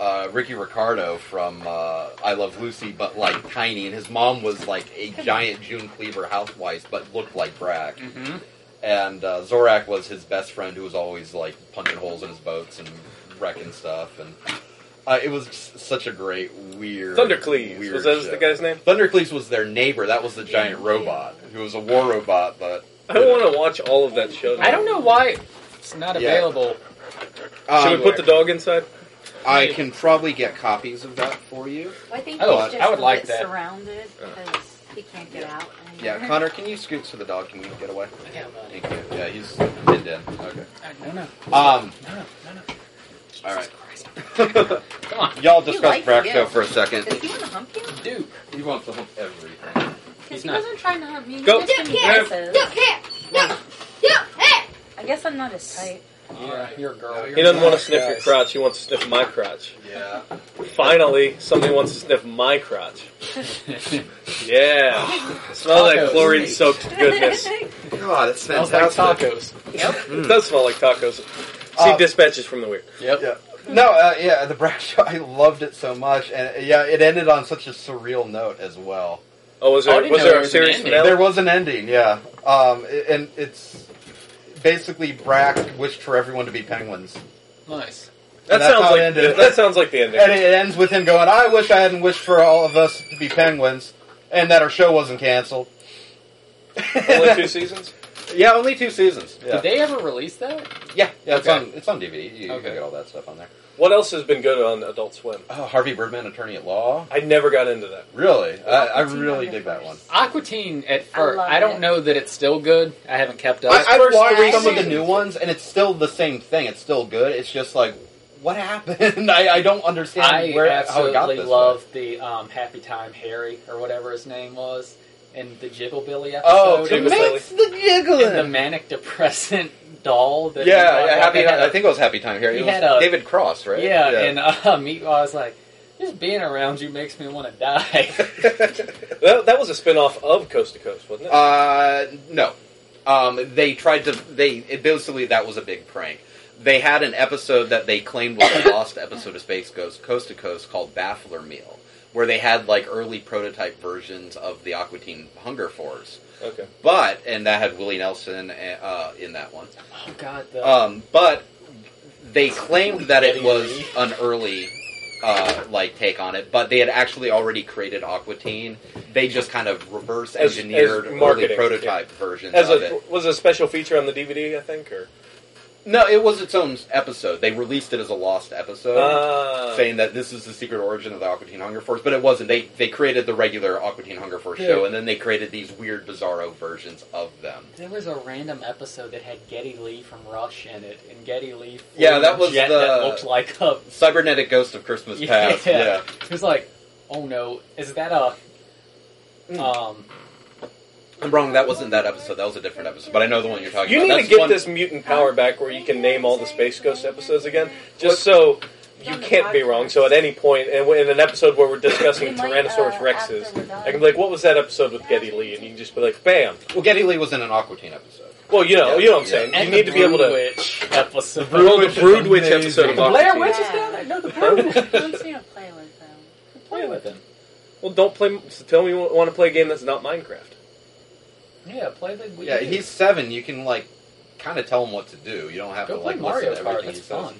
uh, Ricky Ricardo from uh, I Love Lucy, but like tiny, and his mom was like a giant June Cleaver housewife, but looked like Brack.
Mm-hmm.
And uh, Zorak was his best friend, who was always like punching holes in his boats and wrecking stuff. And uh, it was just such a great weird
Thundercleaves.
Weird
Was that
show.
the guy's name?
Thundercleaves was their neighbor. That was the giant robot who was a war robot, but
I don't want to watch all of that show. now.
I don't know why it's not
Yeah.
available.
Should we put the dog inside?
I can probably get copies of that for you.
I think
Oh,
he's
I
just
would
a
like
bit
that.
surrounded
Uh.
because he can't get out. anymore.
Yeah, Connor, can you scoot so the dog can get away?
Yeah, buddy.
Thank you. Yeah, he's pinned in. Okay.
No, no, no,
Um,
no, no.
all right.
Christ. Come on,
Y'all
You
discuss
like
Bracto
him.
for a second.
Does he want to hump you?
Duke.
He wants to hump everything.
He's
Because he
not-
wasn't trying to hump me. he
Go.
just gave me
Yeah.
kisses.
Look here! Look! Look here!
I guess I'm not his type.
Yeah, you're a girl.
He doesn't want to sniff your crotch. He wants to sniff my crotch.
Yeah.
Finally, somebody wants to sniff my crotch. Yeah, smell that
Tacos.
chlorine-soaked goodness. It
God, that's
Smells like tacos.
does smell like tacos. See
Uh,
dispatches from the weird.
Yep.
Yeah. No, uh, yeah, the Brack Show, I loved it so much. And uh, yeah, it ended on such a surreal note as well.
Oh, was
I
there
didn't
was
know
there
there
a
was an
serious
ending.
finale?
There was an ending, yeah. Um, i- and it's basically Brack wished for everyone to be penguins.
Nice.
That
and that's
sounds
how it
like
ended.
that sounds like the
And
ending.
it ends with him going, I wish I hadn't wished for all of us to be penguins and that our show wasn't canceled.
Only two seasons.
yeah, only two seasons. Yeah,
Did they ever release that?
yeah, yeah it's,
Okay.
on, it's on DVD. You
Okay.
can get all that stuff on there.
What else has been good on Adult Swim?
Oh, Harvey Birdman, Attorney at Law.
I never got into that.
Really? I, I
Teen
really
Hunger
dig that
first.
one.
Aquatine at first.
love
I, don't
it.
know that it's still good. I haven't kept up.
I, I've
first
watched
three
some of the
seasons.
new ones, and it's still the same thing. It's still good. It's just like, what happened? I, I don't understand
I
where how it got
absolutely
this
love the um, Happy Time Harry or whatever his name was in the Jigglebilly episode.
Oh,
So
the
it was like-
makes the
and the
giggling.
manic depressant doll.
Yeah,
That
yeah, happy.
They had a-
I think it was Happy Time here.
He
It was
had a-
David Cross, right?
Yeah, and uh, Meatball was like, just being around you makes me want to die.
That, that was a spin-off of Coast to Coast, wasn't it?
Uh, no. Um, they tried to. They it, basically that was a big prank. They had an episode that they claimed was a lost episode of Space Ghost Coast to Coast called Baffler Meal, where they had like early prototype versions of the Aquatine Hunger Force.
okay.
But and that had Willie Nelson uh, in that one.
oh God, the,
Um, but they claimed that it was an early uh, like take on it, but they had actually already created Aquatine. They just kind of reverse
As- as
engineered early
marketing,
prototype versions
As
of
a
it.
was a special feature on the DVD, I think, or
No, it was its own episode. They released it as a lost episode.
Ah.
Saying that this is the secret origin of the Aquatine Hunger Force, but it wasn't. They they created the regular Aquatine Hunger Force
Yeah.
show, and then they created these weird, bizarro versions of them.
there was a random episode that had Getty Lee from Rush in it, and Getty Lee. flew
Yeah, that
a
was
jet
the-
that looked like a.
Cybernetic Ghost of Christmas Past.
Yeah.
yeah.
It was like, oh no, is that a?
Mm.
Um,
I'm wrong. That wasn't that episode. That was a different episode. But I know the one you're talking
You
about.
need to
That's
get
one-
this mutant power back where you can name all the Space Ghost episodes again, just so you can't be wrong. So at any point, and in an episode where we're discussing
We might,
Tyrannosaurus
uh,
Rexes,
after we're done.
I can be like, "What was that episode with Getty Lee?" And you can just be like, "Bam!"
Well, Getty Lee was in an Aquatine episode.
Well, you know,
Yeah,
you know what I'm
yeah.
saying.
and
you need to be able to.
Witch episode.
Well, the Brood Witch episode of
The Blair
Aquatine.
Witch is down there. No, the Brood Witch.
He wants me to play with him.
Play with him.
Well, don't play. So tell me you want to play a game that's not Minecraft.
Yeah, play the. we
Yeah,
do.
he's seven. You can like kind of tell him what to do. You don't have
go
to
play
like
Mario
listen to
Kart.
everything
That's
he says.
fun.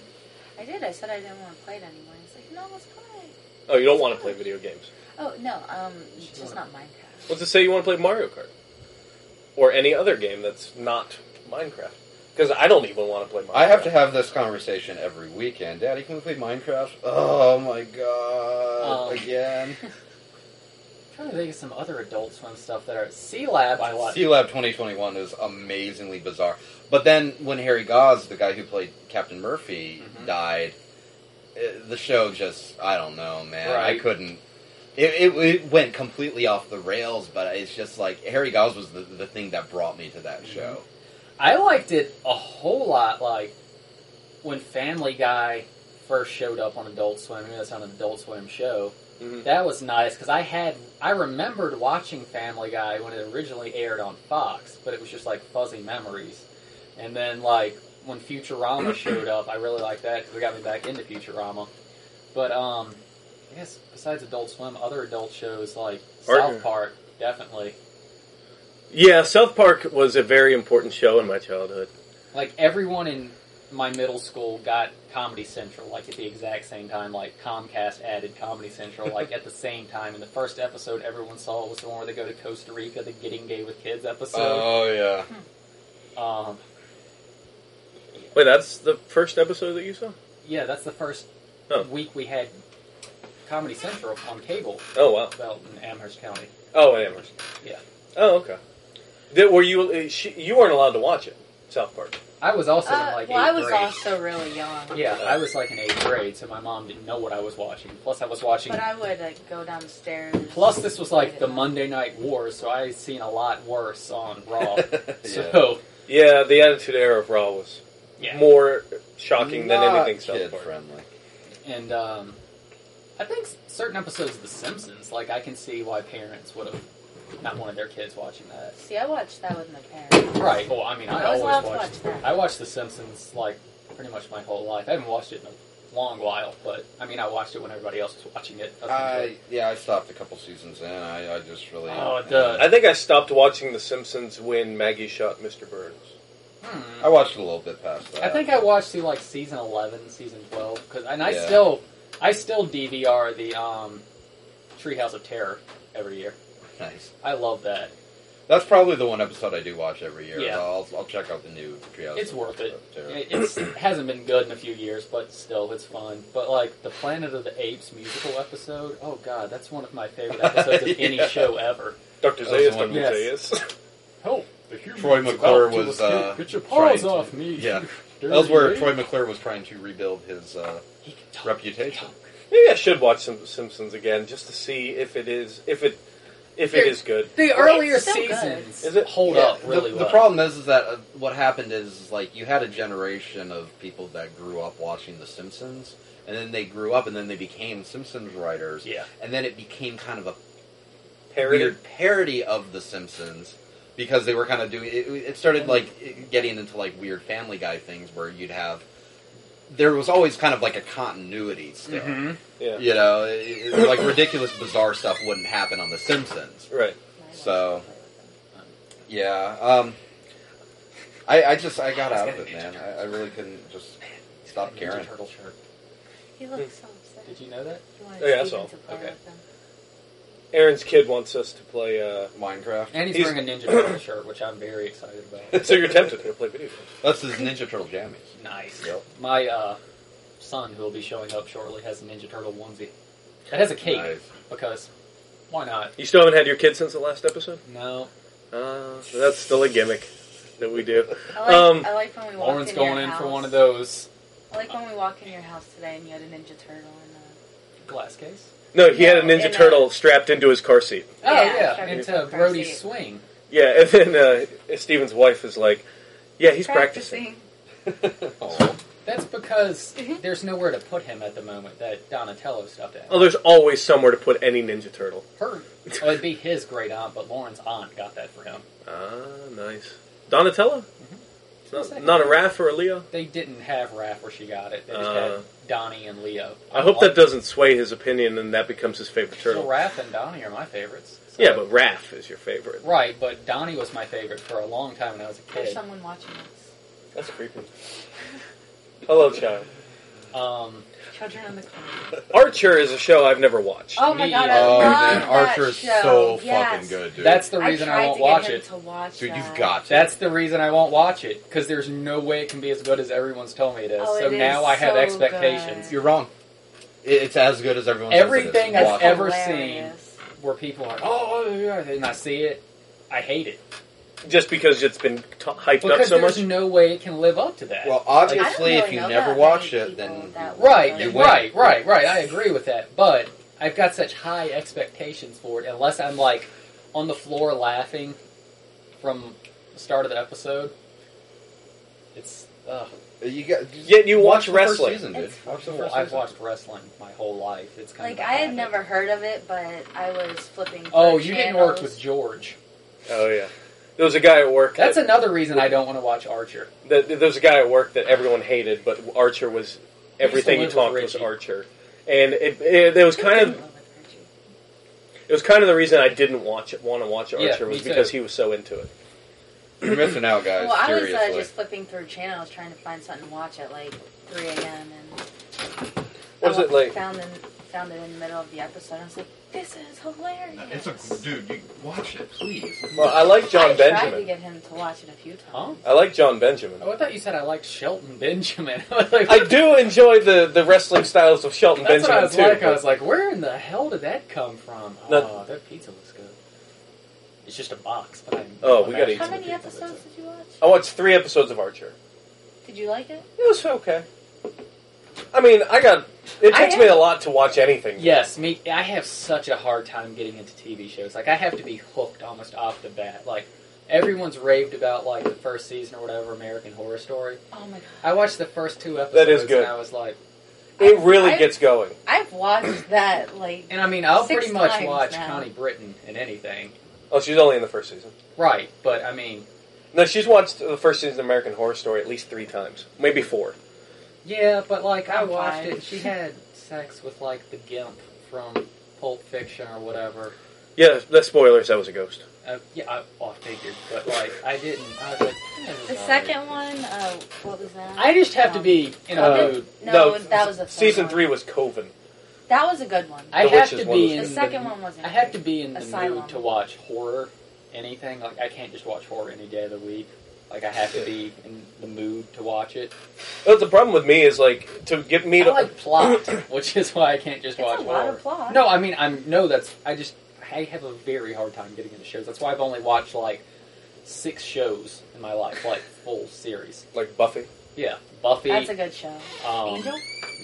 I did. I said I didn't want to play it anymore. He's like, no, let's play.
Oh, you don't want to play video games.
Oh no, um, it's just not Minecraft.
Let's just say you want to play Mario Kart or any other game that's not Minecraft. Because I don't even want to play Minecraft.
I have to have this conversation every weekend. Daddy, can we play Minecraft? Oh my god!
Um.
Again.
I'm trying to think of some other Adult Swim stuff that are Sea Lab. I watched.
C Lab 2021 is amazingly bizarre. But then when Harry Goss, the guy who played Captain Murphy,
Mhm.
died, eh, the show just, I don't know, man. I
Right.
couldn't. It, it, it went completely off the rails, but it's just like Harry Goss was the, the thing that brought me to that show.
I liked it a whole lot. Like when Family Guy first showed up on Adult Swim. I mean, that's not an Adult Swim show.
Mhm.
That was nice because I had I remembered watching Family Guy when it originally aired on Fox, but it was just like fuzzy memories. And then like when Futurama showed up, I really liked that because it got me back into Futurama. But um, I guess besides Adult Swim, other adult shows like
Partner.
South Park definitely.
Yeah, South Park was a very important show in my childhood.
Like everyone in my middle school got Comedy Central like at the exact same time. Like Comcast added Comedy Central like at the same time. And the first episode everyone saw was the one where they go to Costa Rica, the Getting Gay with Kids episode.
oh yeah.
Oh.
um,
Wait, that's the first episode that you saw?
yeah, that's the first
Oh.
week we had Comedy Central on cable
Oh wow.
about in Amherst County.
Oh, in Amherst.
Yeah.
Oh, okay. Did, were you? uh, She, you weren't allowed to watch it. South Park.
I was also in
Uh,
like
well,
eighth
I was
grade.
also really young.
Yeah, I was like in eighth grade, so my mom didn't know what I was watching. Plus, I was watching.
But I would uh, go downstairs.
Plus, this was like the Monday Night Wars, so I had seen a lot worse on Raw.
yeah.
So
Yeah, the Attitude Era of Raw was
yeah,
more shocking than
Not
anything South
kid
Park.
friendly.
and um, I think s- certain episodes of The Simpsons, like I can see why parents would have not wanted their kids watching that.
See, I watched that with my parents.
Right. Well, I mean, I,
I was allowed
always
to
watched.
watch that.
I watched The Simpsons like pretty much my whole life. I haven't watched it in a long while, but I mean, I watched it when everybody else was watching it.
I yeah, I stopped a couple seasons in. I, I just really
Oh, duh.
I think I stopped watching The Simpsons when Maggie shot Mr. Burns.
Hmm.
I watched a little bit past that.
I think I watched through like season eleven, season twelve, because and I
Yeah.
still, I still DVR the um, Treehouse of Terror every year.
nice.
I love that.
That's probably the one episode I do watch every year.
Yeah.
I'll, I'll check out the new uh, Treehouse.
It's
of-
worth it.
of Terror.
It it's, it hasn't been good in a few years, but still, it's fun. But like the Planet of the Apes musical episode, oh god, that's one of my favorite episodes of any
Yeah.
show ever.
Dr.
That was
Zayas,
the one-
Dr.
Yes.
Zayas.
Oh, the human
Troy
is
McClure
about to
was,
escape.
uh,
Get your paws
trying to-
off me!
yeah.
you
That was where
dirty
Troy McClure was trying to rebuild his. Uh,
ape. He can talk,
Reputation.
he can talk.
Maybe I should watch some Simpsons again just to see if it is if it if it
Here.
is good.
The
Well, it's
earlier
so good.
seasons
Is it-
hold
yeah,
up
the-
really
the,
well.
problem is, is that uh, what happened is, is, like you had a generation of people that grew up watching The Simpsons, and then they grew up, and then they became Simpsons writers,
Yeah.
and then it became kind of a
Parody.
weird parody of The Simpsons because they were kind of doing it. It started like it- getting into like weird Family Guy things where you'd have there was always kind of like a continuity still.
Mm-hmm.
Yeah.
You know, it- it- like ridiculous, bizarre stuff wouldn't happen on The Simpsons.
Right.
So- Yeah, um, I, I just I got out of it, man. I, I really couldn't just stop
Ninja
caring.
Turtle shirt.
He looks so upset.
Did you know that?
You wanted
Oh, yeah, I
Steven
saw.
to play
Okay.
with him.
Aaron's kid wants us to play. Uh,
Minecraft.
And he's,
He's-
wearing a Ninja Turtle shirt, which I'm very excited about.
so you're tempted to play video games.
That's his Ninja Turtle jammies.
nice.
Yep.
My uh, son, who will be showing up shortly, has a Ninja Turtle onesie. It has a cape
Nice.
because why not?
You still haven't had your kid since the last episode.
No,
Uh, so that's still a gimmick that we do.
I like,
Um,
I like when we walked
Lauren's
in
going
your
in
house.
for one of those
I like when we walked in your house today and you had a Ninja Turtle and uh,
glass case.
No, he had a
No,
Ninja
and, uh,
Turtle strapped into his car seat.
Oh
Yeah,
yeah,
sure.
into
Yeah.
Brody's
Front seat.
swing.
Yeah, and then uh, Steven's wife is like, "Yeah, he's practicing."
Aw.
That's because
Mhm.
there's nowhere to put him at the moment. That Donatello stuff. At.
Oh, there's always somewhere to put any Ninja Turtle.
Her, well, it'd be his great aunt, but Lauren's aunt got that for him.
Ah, nice. Donatello?
It's
Not, not a Raph or a Leo?
They didn't have Raph where she got it. They just
Uh.
had Donnie and Leo.
I hope that doesn't sway his opinion and that becomes his favorite
Well,
turtle.
Raph and Donnie are my favorites. so-
Yeah, but Raph is your favorite.
right, but Donnie was my favorite for a long time when I was a
there's
kid.
someone watching us.
That's creepy. Hello, child.
Um,
Children on the corner.
Archer is a show I've never watched.
Oh my
Me
god, I
Oh,
love
man,
that
Archer is
show.
so
yes.
fucking good, dude.
that's the reason
I,
I,
tried
won't
to get
watch
him
it.
To watch
dude, you've
that.
got to.
That's the reason I won't watch it because there's no way it can be as good as everyone's told me it is.
Oh, it
so
is
now I have
so
expectations.
You're wrong. It- It's as good as everyone. says it is.
Everything
Watch
I've
it.
ever
hilarious.
Where people are, oh, oh, yeah, and I see it, I hate it
Just because it's been t- hyped up
because
so
there's
much.
no way it can live up to that.
Well,
I don't
obviously,
really
if you
know
never
that
watch
many
it,
people
then
that
Right,
love it.
You win.
right, right, right. I agree with that. But I've got such high expectations for it, unless I'm like on the floor laughing from the start of the episode. It's. Uh,
you got.
Yet you watch
the first
wrestling.
season, dude.
It's-
Watch the first
I've
season.
watched wrestling my whole life. It's kind
Like
of a
I had
habit.
never heard of it, but I was flipping.
Oh,
through
you didn't work
channels.
with George.
Oh, yeah. There was a guy at work.
That's
that,
another reason I don't want to watch Archer.
that, there was a guy at work that everyone hated, but Archer was everything he
used to live
talked
with
was
Richie.
Archer, and it, it, it was kind of it was kind of the reason I didn't watch it, want to watch Archer
Yeah, me
was
too.
because he was so into it.
You're missing out, guys.
Well, I was
seriously.
uh, just flipping through channels trying to find something to watch at like 3 a.m. and
What
Oh.
was
I
it like?
Found it, found it in the middle of the episode. I was like, this is hilarious.
It's a dude. You watch it, please.
Well, I like John
I tried to
Benjamin.
get him to watch it a few
Huh?
times.
I like John Benjamin.
Oh, I thought you said I liked Shelton Benjamin. I was like,
I do enjoy the, the wrestling styles of Shelton
That's what I
Benjamin
was
too.
like. I
but-
was like, where in the hell did that come from?
No.
Oh, that pizza looks good. It's just a box, but I.
Oh, we gotta eat
How
some
many episodes did you watch?
I watched three episodes of Archer.
Did you like it?
It was okay. I mean, I got. It
I
takes me a lot to watch anything.
Yes, me. I have such a hard time getting into TV shows. Like I have to be hooked almost off the bat. Like everyone's raved about like the first season or whatever American Horror Story.
Oh my god.
I watched the first two episodes.
That is good.
And I was like,
It really
I-
gets going.
I've watched that like
and I mean, I'll
Six
pretty much
times
watch
now.
Connie Britton in anything,
Oh, she's only in the first season.
right? But I mean,
No, she's watched the first season of American Horror Story at least three times, maybe four.
yeah. But like, I
I'm
watched
fine.
it. and She had sex with like the gimp from Pulp Fiction or whatever.
Yeah, the spoilers. That was a ghost.
Uh, yeah, I, well, I figured, but like, I didn't. I was like, "Eh, this is
the
all right."
second one. Uh, what was that? Um,
I just have to be in a
Uh,
mood.
No,
No,
that was the third
Season
one.
three was Coven.
That was a good one.
I
The
have
Witch
to
is one of
be in
the second one wasn't.
I have to be in the
Asylum.
mood to watch horror, anything. Like I can't just watch horror any day of the week. Like I have to be in the mood to watch it.
But the problem with me is like to get me
I
to
like plot, which is why I can't just
It's
watch
a lot
horror.
of plot.
No, I mean I'm no. That's I just I have a very hard time getting into shows. That's why I've only watched like six shows in my life, like full series.
like Buffy.
Yeah, Buffy.
that's a good show.
Oh,
um,
Angel.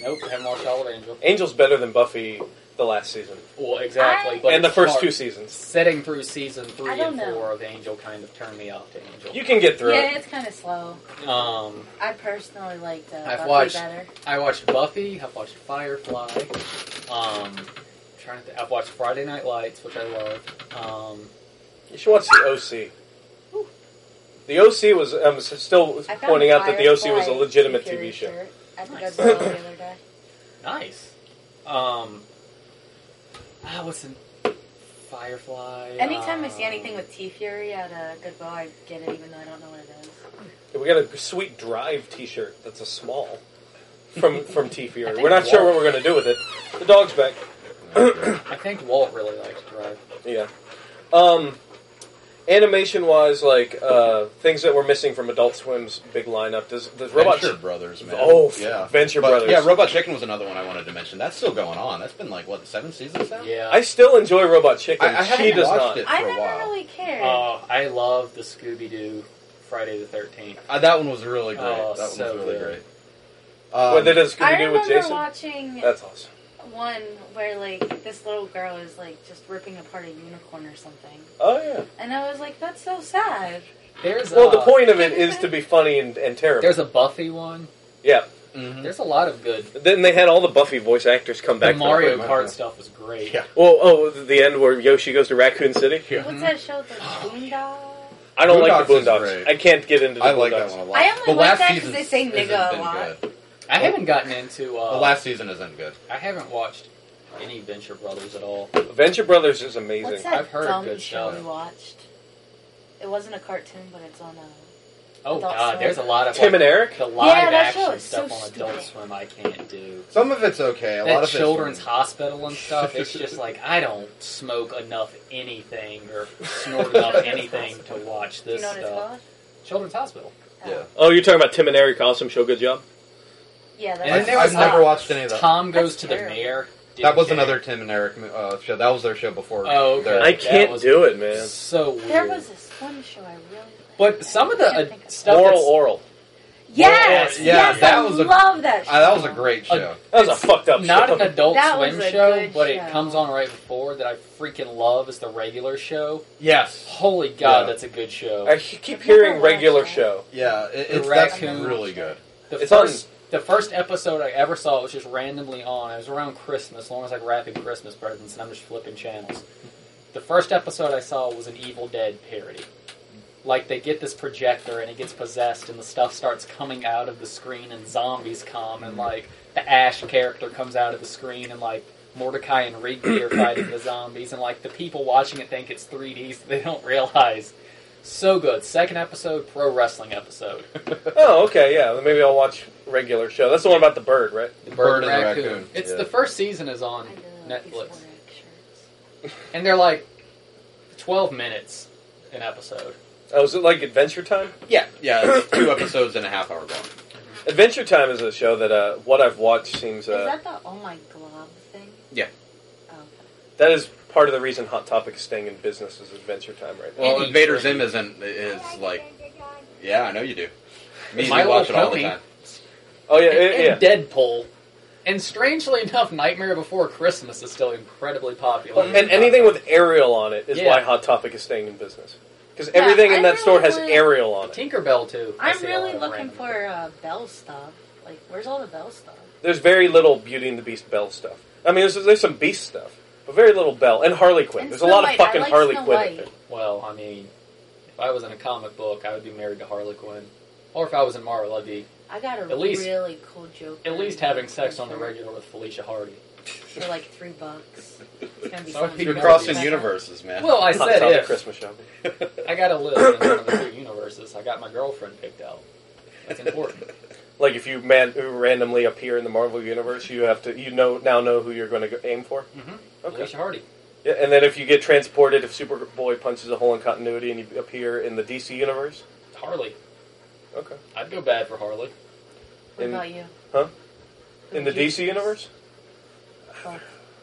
Nope, haven't watched all of Angel. Eh,
Angel's better than Buffy the last season
Well, exactly.
I-
but
and the
it's
first
hard.
two seasons.
setting through season three
I don't
and
know.
four of Angel kind of turned me off to Angel.
You can get through
Yeah,
it.
it's kind of slow.
Um,
I personally liked uh,
I've
Buffy
watched-
better.
I watched Buffy. I've watched Firefly. Um, I'm trying to. Th- I've watched Friday Night Lights, which I love. Um,
You should watch the OC. The OC was um, s- still
I found
pointing out that the OC
Firefly
was a legitimate
Fury
TV show.
shirt At the
Nice.
Goodwill the other day.
nice. Um, ah, what's in Firefly?
Anytime I see
um,
anything with T Fury at a Goodwill, I get it, even though I don't know what it is.
We got a sweet Drive T-shirt that's a small from from T
I
Fury.
think
We're not sure what
Walt-
we're gonna do with it. The dog's back.
uh,
I think Walt really likes Drive.
Yeah. Um, animation wise, like uh, things that we're missing from Adult Swim's big lineup. Does does Robot?
Venture Brothers, man.
Oh, f-
yeah.
Venture
But,
Brothers.
Yeah, Robot Chicken was another one I wanted to mention. That's still going on. That's been like what seven seasons now.
Yeah.
I still enjoy Robot Chicken.
I- I
she
haven't
does
watched
not.
it.
I
for a
never
while.
really cared.
oh, I love the Scooby Doo Friday the Thirteenth.
Uh, that one was really great.
Oh,
that one
so
was really
good.
great. Um,
what they does
I
Scooby Doo
remember
with Jason? Uh,
watching
That's awesome.
one where like this little girl is like just ripping apart a unicorn or something,
Oh yeah.
and I was like, that's so sad.
There's
uh, Well,
a,
the point of it is to be funny and, and terrible.
There's a Buffy one.
yeah.
mhm.
There's a lot of good
Then they had all the Buffy voice actors come back.
the
for
Mario
quick-
Kart stuff was great.
Yeah.
Well, oh, the end where Yoshi goes to Raccoon City.
What's that show, The Boondock?
I don't like the
Boondocks is
Boondocks.
great.
I can't get into the
I
Boondocks.
like that one a lot.
I only
the
like
last
that 'cause
season
they say
isn't
nigga a
been
lot.
Good.
I haven't gotten into. Uh,
The last season isn't good.
I haven't watched any Venture Brothers at all.
Venture Brothers is amazing.
What's that
I've heard
dumb
good
show
show.
we watched? It wasn't a cartoon, but it's on a.
Oh
Adult
God,
Swim.
there's a lot of
Tim
like,
and Eric.
the live
Yeah, that show
action
is
stuff
so
on Adult
stupid.
Swim. I can't do
Some of it's okay. A lot
that
of
children's
it's
hospital and stuff. It's just like I don't smoke enough anything or snort enough anything to watch
Do you
this
know what it's
stuff.
called?
Children's hospital.
Yeah.
Oh.
Oh, you're talking about Tim and Eric. Awesome show. Good job.
yeah. That's
And then
I've,
there
I've
was
never
that-
watched any of that.
Tom goes
That's
to the
terrible.
mayor.
That
Didn't
was
care.
another Tim and Eric uh, show. That was their show before.
Oh, okay.
their-
I
That
can't
was-
do it, man.
So weird.
There was this one show I really. liked.
but some of the
I can't
uh,
think of it.
stuff
Oral,
that's
oral.
Yes,
Yeah,
yes,
that
I
was a-
love that. Show.
Ah,
Uh, that was a great show.
That was a
It's
fucked up
not
show.
an adult
That was
swim
a
show,
good
but it
show.
comes on right before that I freaking love is the regular show.
yes.
Holy god,
Yeah.
that's a good show.
I he- keep hearing
Never watched
regular
it.
show.
Yeah, it,
The
it's that's
raccoon.
really good.
the
it's
first the first episode I ever saw was just randomly on. It was around Christmas, long as like wrapping Christmas presents, and I'm just flipping channels. The first episode I saw was an Evil Dead parody. like they get this projector and it gets possessed and the stuff starts coming out of the screen and zombies come and like the Ash character comes out of the screen and like Mordecai and Rigby are fighting the zombies and like the people watching it think it's 3D so they don't realize. So good. Second episode, pro wrestling episode.
Oh, okay, yeah. Then maybe I'll watch regular show. That's the one about the bird, right?
The bird and the
Raccoon.
raccoon.
It's
yeah.
the first season is on
I love these
Netflix.
Warwick shirts.
And they're like 12 minutes an episode.
Oh, is it like Adventure Time?
yeah, yeah. It's two episodes and a half hour long.
Adventure Time is a show that uh, what I've watched seems
Is
uh,
that the Oh My Glob thing?
Yeah.
Oh, okay.
that is part of the reason Hot Topic's staying in business is Adventure Time right now.
Well,
Any
Invader
trade.
Zim isn't is like. Yeah, I know you do. Me, and
My
you watch it
Little
all the
Pony.
time.
Oh yeah, yeah,
and,
yeah.
and Deadpool. And strangely enough, Nightmare Before Christmas is still incredibly popular.
Well, and anything with Ariel on it is
Mm-hmm. Yeah.
why Hot Topic is staying in business because
Yeah,
everything
I
in that store
really
has
want-
Ariel on it.
Tinkerbell too. I
I'm
see a
really
lot of
looking
random-
for uh, Bell stuff. Like, where's all the Bell stuff?
There's very little Beauty and the Beast Belle stuff. I mean, there's, there's some Beast stuff, but very little Belle and Harley Quinn.
And
there's
Snow
a lot
White.
of fucking
I like
Harley
Snow
Quinn.
White.
in there.
Well, I mean, if I was in a comic book, I would be married to Harley Quinn, or if I was in Marvel, I'd be
I got a
At least-
really cool joke.
at least having sex on the regular with Felicia Hardy.
for like three bucks. It's gonna be
That would
so
be
You're
Yeah.
much
crossing
better.
universes, man.
Well, I
Hot
said
Topic
if.
Christmas shopping.
I gotta live in one of the two universes. I got my girlfriend picked out. That's important.
Like if you man- randomly appear in the Marvel universe, you have to you know now know who you're going to aim for.
Mhm.
Okay.
Felicia Hardy.
Yeah, and then if you get transported, if Superboy punches a hole in continuity and you appear in the DC universe,
Harley.
okay.
I'd go bad for Harley.
What
In-
about you?
Huh?
Who
In the
would you
DC
choose?
universe,
Fuck.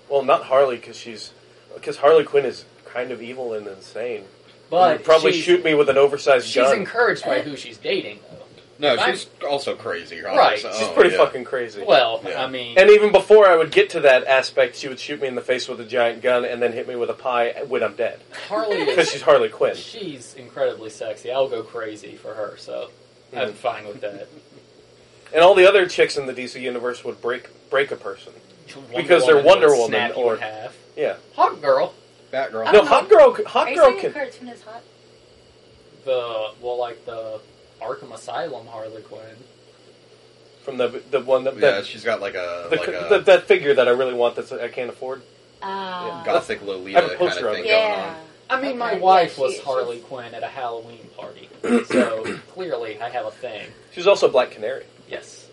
well, not Harley because she's because Harley Quinn is kind of evil and insane.
But
You'd probably
she's,
shoot me with an oversized
She's
gun.
encouraged by who she's dating, though.
no,
I'm-
she's also crazy. on
Right,
her
she's
she's
own,
pretty
Oh, yeah.
fucking crazy.
Well,
Yeah.
I mean,
and even before I would get to that aspect, she would shoot me in the face with a giant gun and then hit me with a pie when I'm dead
Harley
because
is
she's Harley Quinn.
she's incredibly sexy. I'll go crazy for her, so
Mm.
I'm fine with that.
And all the other chicks in the DC universe would break break a person. Because they're
would
Wonder Woman
snap you
or-
in half.
Yeah.
Hot Girl,
Batgirl.
I
No,
don't
hot girl. Hot
Are you
girl
saying
can.
a cartoon is hot?
the well, like the Arkham Asylum Harley Quinn.
from the the one that
yeah,
that,
she's got like a
the,
like a
that, that figure that I really want that I can't afford.
Uh,
gothic
I have
Lolita
a
kind
poster
of
of
thing
it.
going
yeah.
on.
I mean, my
Okay,
wife
yeah,
was
she-
Harley Quinn at a Halloween party, so clearly I have a thing.
She's also Black Canary.
Yes,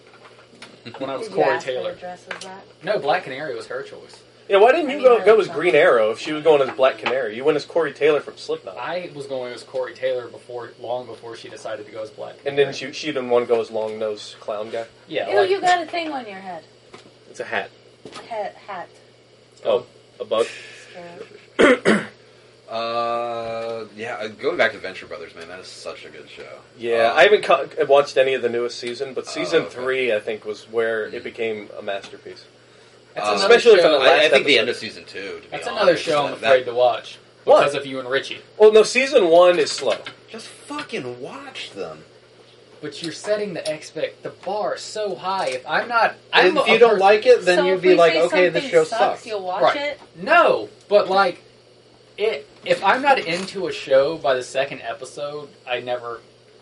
when I was
Did you
Corey
ask her
Taylor.
to dress as that?
No, Black Canary was her choice.
Yeah, why didn't
I
you
mean,
go,
I
go
like
as
that.
Green Arrow if she was going as Black Canary? You went as Corey Taylor from Slipknot,
I was going as Corey Taylor before, long before she decided to go as Black.
and
Canary.
then she she didn't want to go as Long Nose Clown Guy.
yeah,
Ew,
like,
you got a thing on your head.
It's a hat.
Hat. hat.
Oh, a bug.
Scarab.
Uh, yeah, going back to Venture Brothers, man, that is such a good show.
Yeah,
Uh,
I haven't co- watched any of the newest season, but
Oh,
season
okay.
three I think was where
Mhm.
it became a masterpiece.
that's
uh,
another
especially if
show-
I'm a
I, I
Last
think the
episode.
end of season two. To be
That's
honest,
another show I'm
that-
afraid to watch
What?
because of you and Richie.
Well, no, season one is slow.
that- just fucking watch them.
But you're setting the expect the bar so high. If I'm not, I'm
And
a
if you don't
person-
like it, then
So
you'd
if
be
we
like,
say
okay, this
something
show
sucks.
sucks.
You'll watch
Right.
it.
no. But like, it if I'm not into a show by the second episode, I never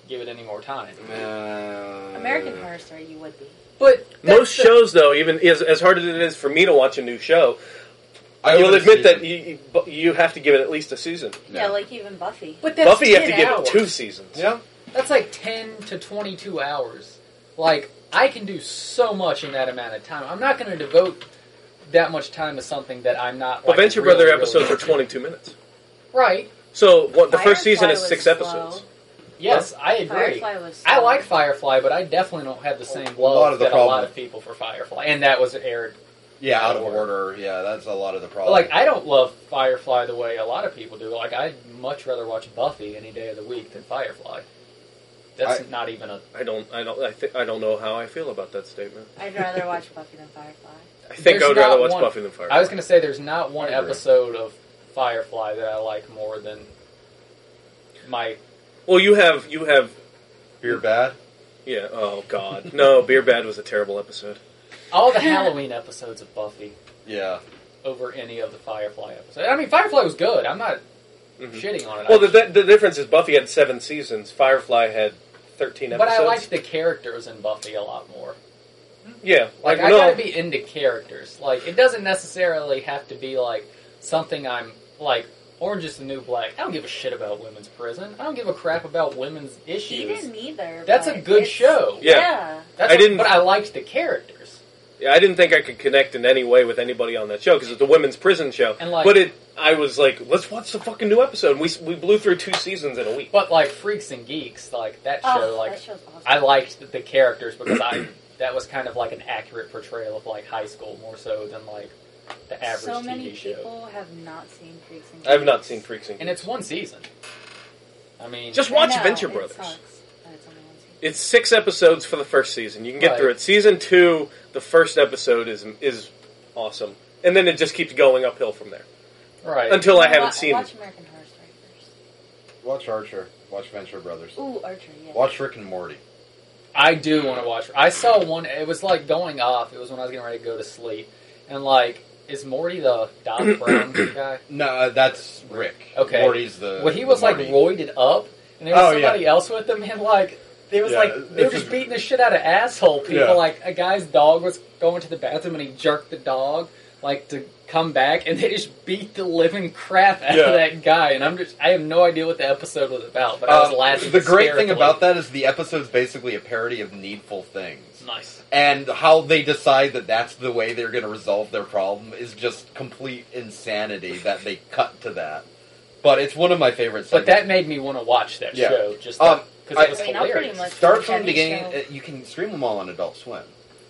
give it any more time.
Uh,
American Horror Story, you would be.
But that's
Most
the-
shows, though, even as, as hard as it is for me to watch a new show, I,
give
will
it a
admit that
season.
you, you bu- you have to give it at least a season.
No.
Yeah, like even Buffy.
but that's
Buffy, you have to
10
give
hours.
it two seasons.
yeah,
That's like ten to twenty-two hours. Like I can do so much in that amount of time. I'm not going to devote that much time to something that I'm not.
Well,
Like,
Venture
really,
Brother
really
episodes are
into.
22 minutes.
Right.
So what, the first
Firefly
season is
was
six
slow.
episodes.
Yes, I agree.
Firefly was.
I
slow.
like Firefly, but I definitely don't have the same love
A lot of the
that a lot
problem-
of people for Firefly, and that was aired.
yeah, out of
Out of
order. Yeah, that's a lot of the
But,
problem.
like, I don't love Firefly the way a lot of people do. Like, I'd much rather watch Buffy any day of the week than Firefly. That's
I-
not even a.
I don't, I don't, I, th- I don't know how I feel about that statement.
I'd rather watch Buffy than Firefly.
I think
There's
I would rather
not
watch
one-
Buffy than Firefly.
I was gonna say there's not one
I agree.
episode of Firefly that I like more than my.
well, you have, you have,
Beer bad.
yeah. Oh God, no, Beer Bad was a terrible episode.
All the Halloween episodes of Buffy
Yeah,
over any of the Firefly episodes. I mean, Firefly was good. I'm not
Mhm.
shitting on it.
Well,
I
the, the the difference is Buffy had seven seasons. Firefly had thirteen
but
episodes.
I liked the characters in Buffy a lot more.
yeah,
Like,
like,
I
no,
gotta be into characters. Like, it doesn't necessarily have to be like something I'm like. Orange is the new black. I don't give a shit about women's prison. I don't give a crap about women's
She
issues.
didn't either.
That's a
but
good
it's-
show.
Yeah.
yeah.
That's
I
what-
didn't-
But I liked the characters.
yeah, I didn't think I could connect in any way with anybody on that show because it's a women's prison show.
And, like-
but it, I was like, let's watch the fucking new episode. And we s- we blew through two seasons in a week.
But like Freaks and Geeks, like that show,
Oh,
like
that show's awesome.
I liked the, the characters because I that was kind of like an accurate portrayal of like high school more so than like the average
so
TV
many
show.
people have not seen Freaks and Geeks.
I have not seen Freaks and
And it's one season. I mean,
Just
I
watch
know,
Venture
it
Brothers.
sucks that it's only one season.
It's six episodes for the first season. You can get
Right.
through it. Season two, the first episode is is awesome, and then it just keeps going uphill from there
right?
until I
Wa-
haven't seen.
Watch American Horror Story first.
Watch Archer. Watch Venture Brothers.
Ooh, Archer. Yeah.
Watch Rick and Morty.
I do want to watch. I saw one. It was like going off. It was when I was getting ready to go to sleep, and like, is Morty the Doc Brown guy?
No, uh, that's Rick.
Okay.
Morty's the.
Well, he was like
Morty.
roided up, and there was
Oh,
somebody
yeah.
else with him, and like they was
Yeah,
like they were
it's
just
just-
beating the shit out of asshole people.
Yeah.
Like a guy's dog was going to the bathroom, and he jerked the dog like to come back, and they just beat the living crap out
Yeah.
of that guy. And I'm just I have no idea what the episode was about, but I was
Uh,
laughing.
the great thing
hysterically.
about that is the episode's basically a parody of Needful Things.
nice.
And how they decide that that's the way they're going to resolve their problem is just complete insanity that they cut to that. But it's one of my favorite
But
segments.
that made me want to watch that
Yeah.
show just
Um,
because it
I-
was
I mean, I'll
hilarious.
pretty much
Start
watch
from the
any
beginning,
show.
uh, you can stream them all on Adult Swim.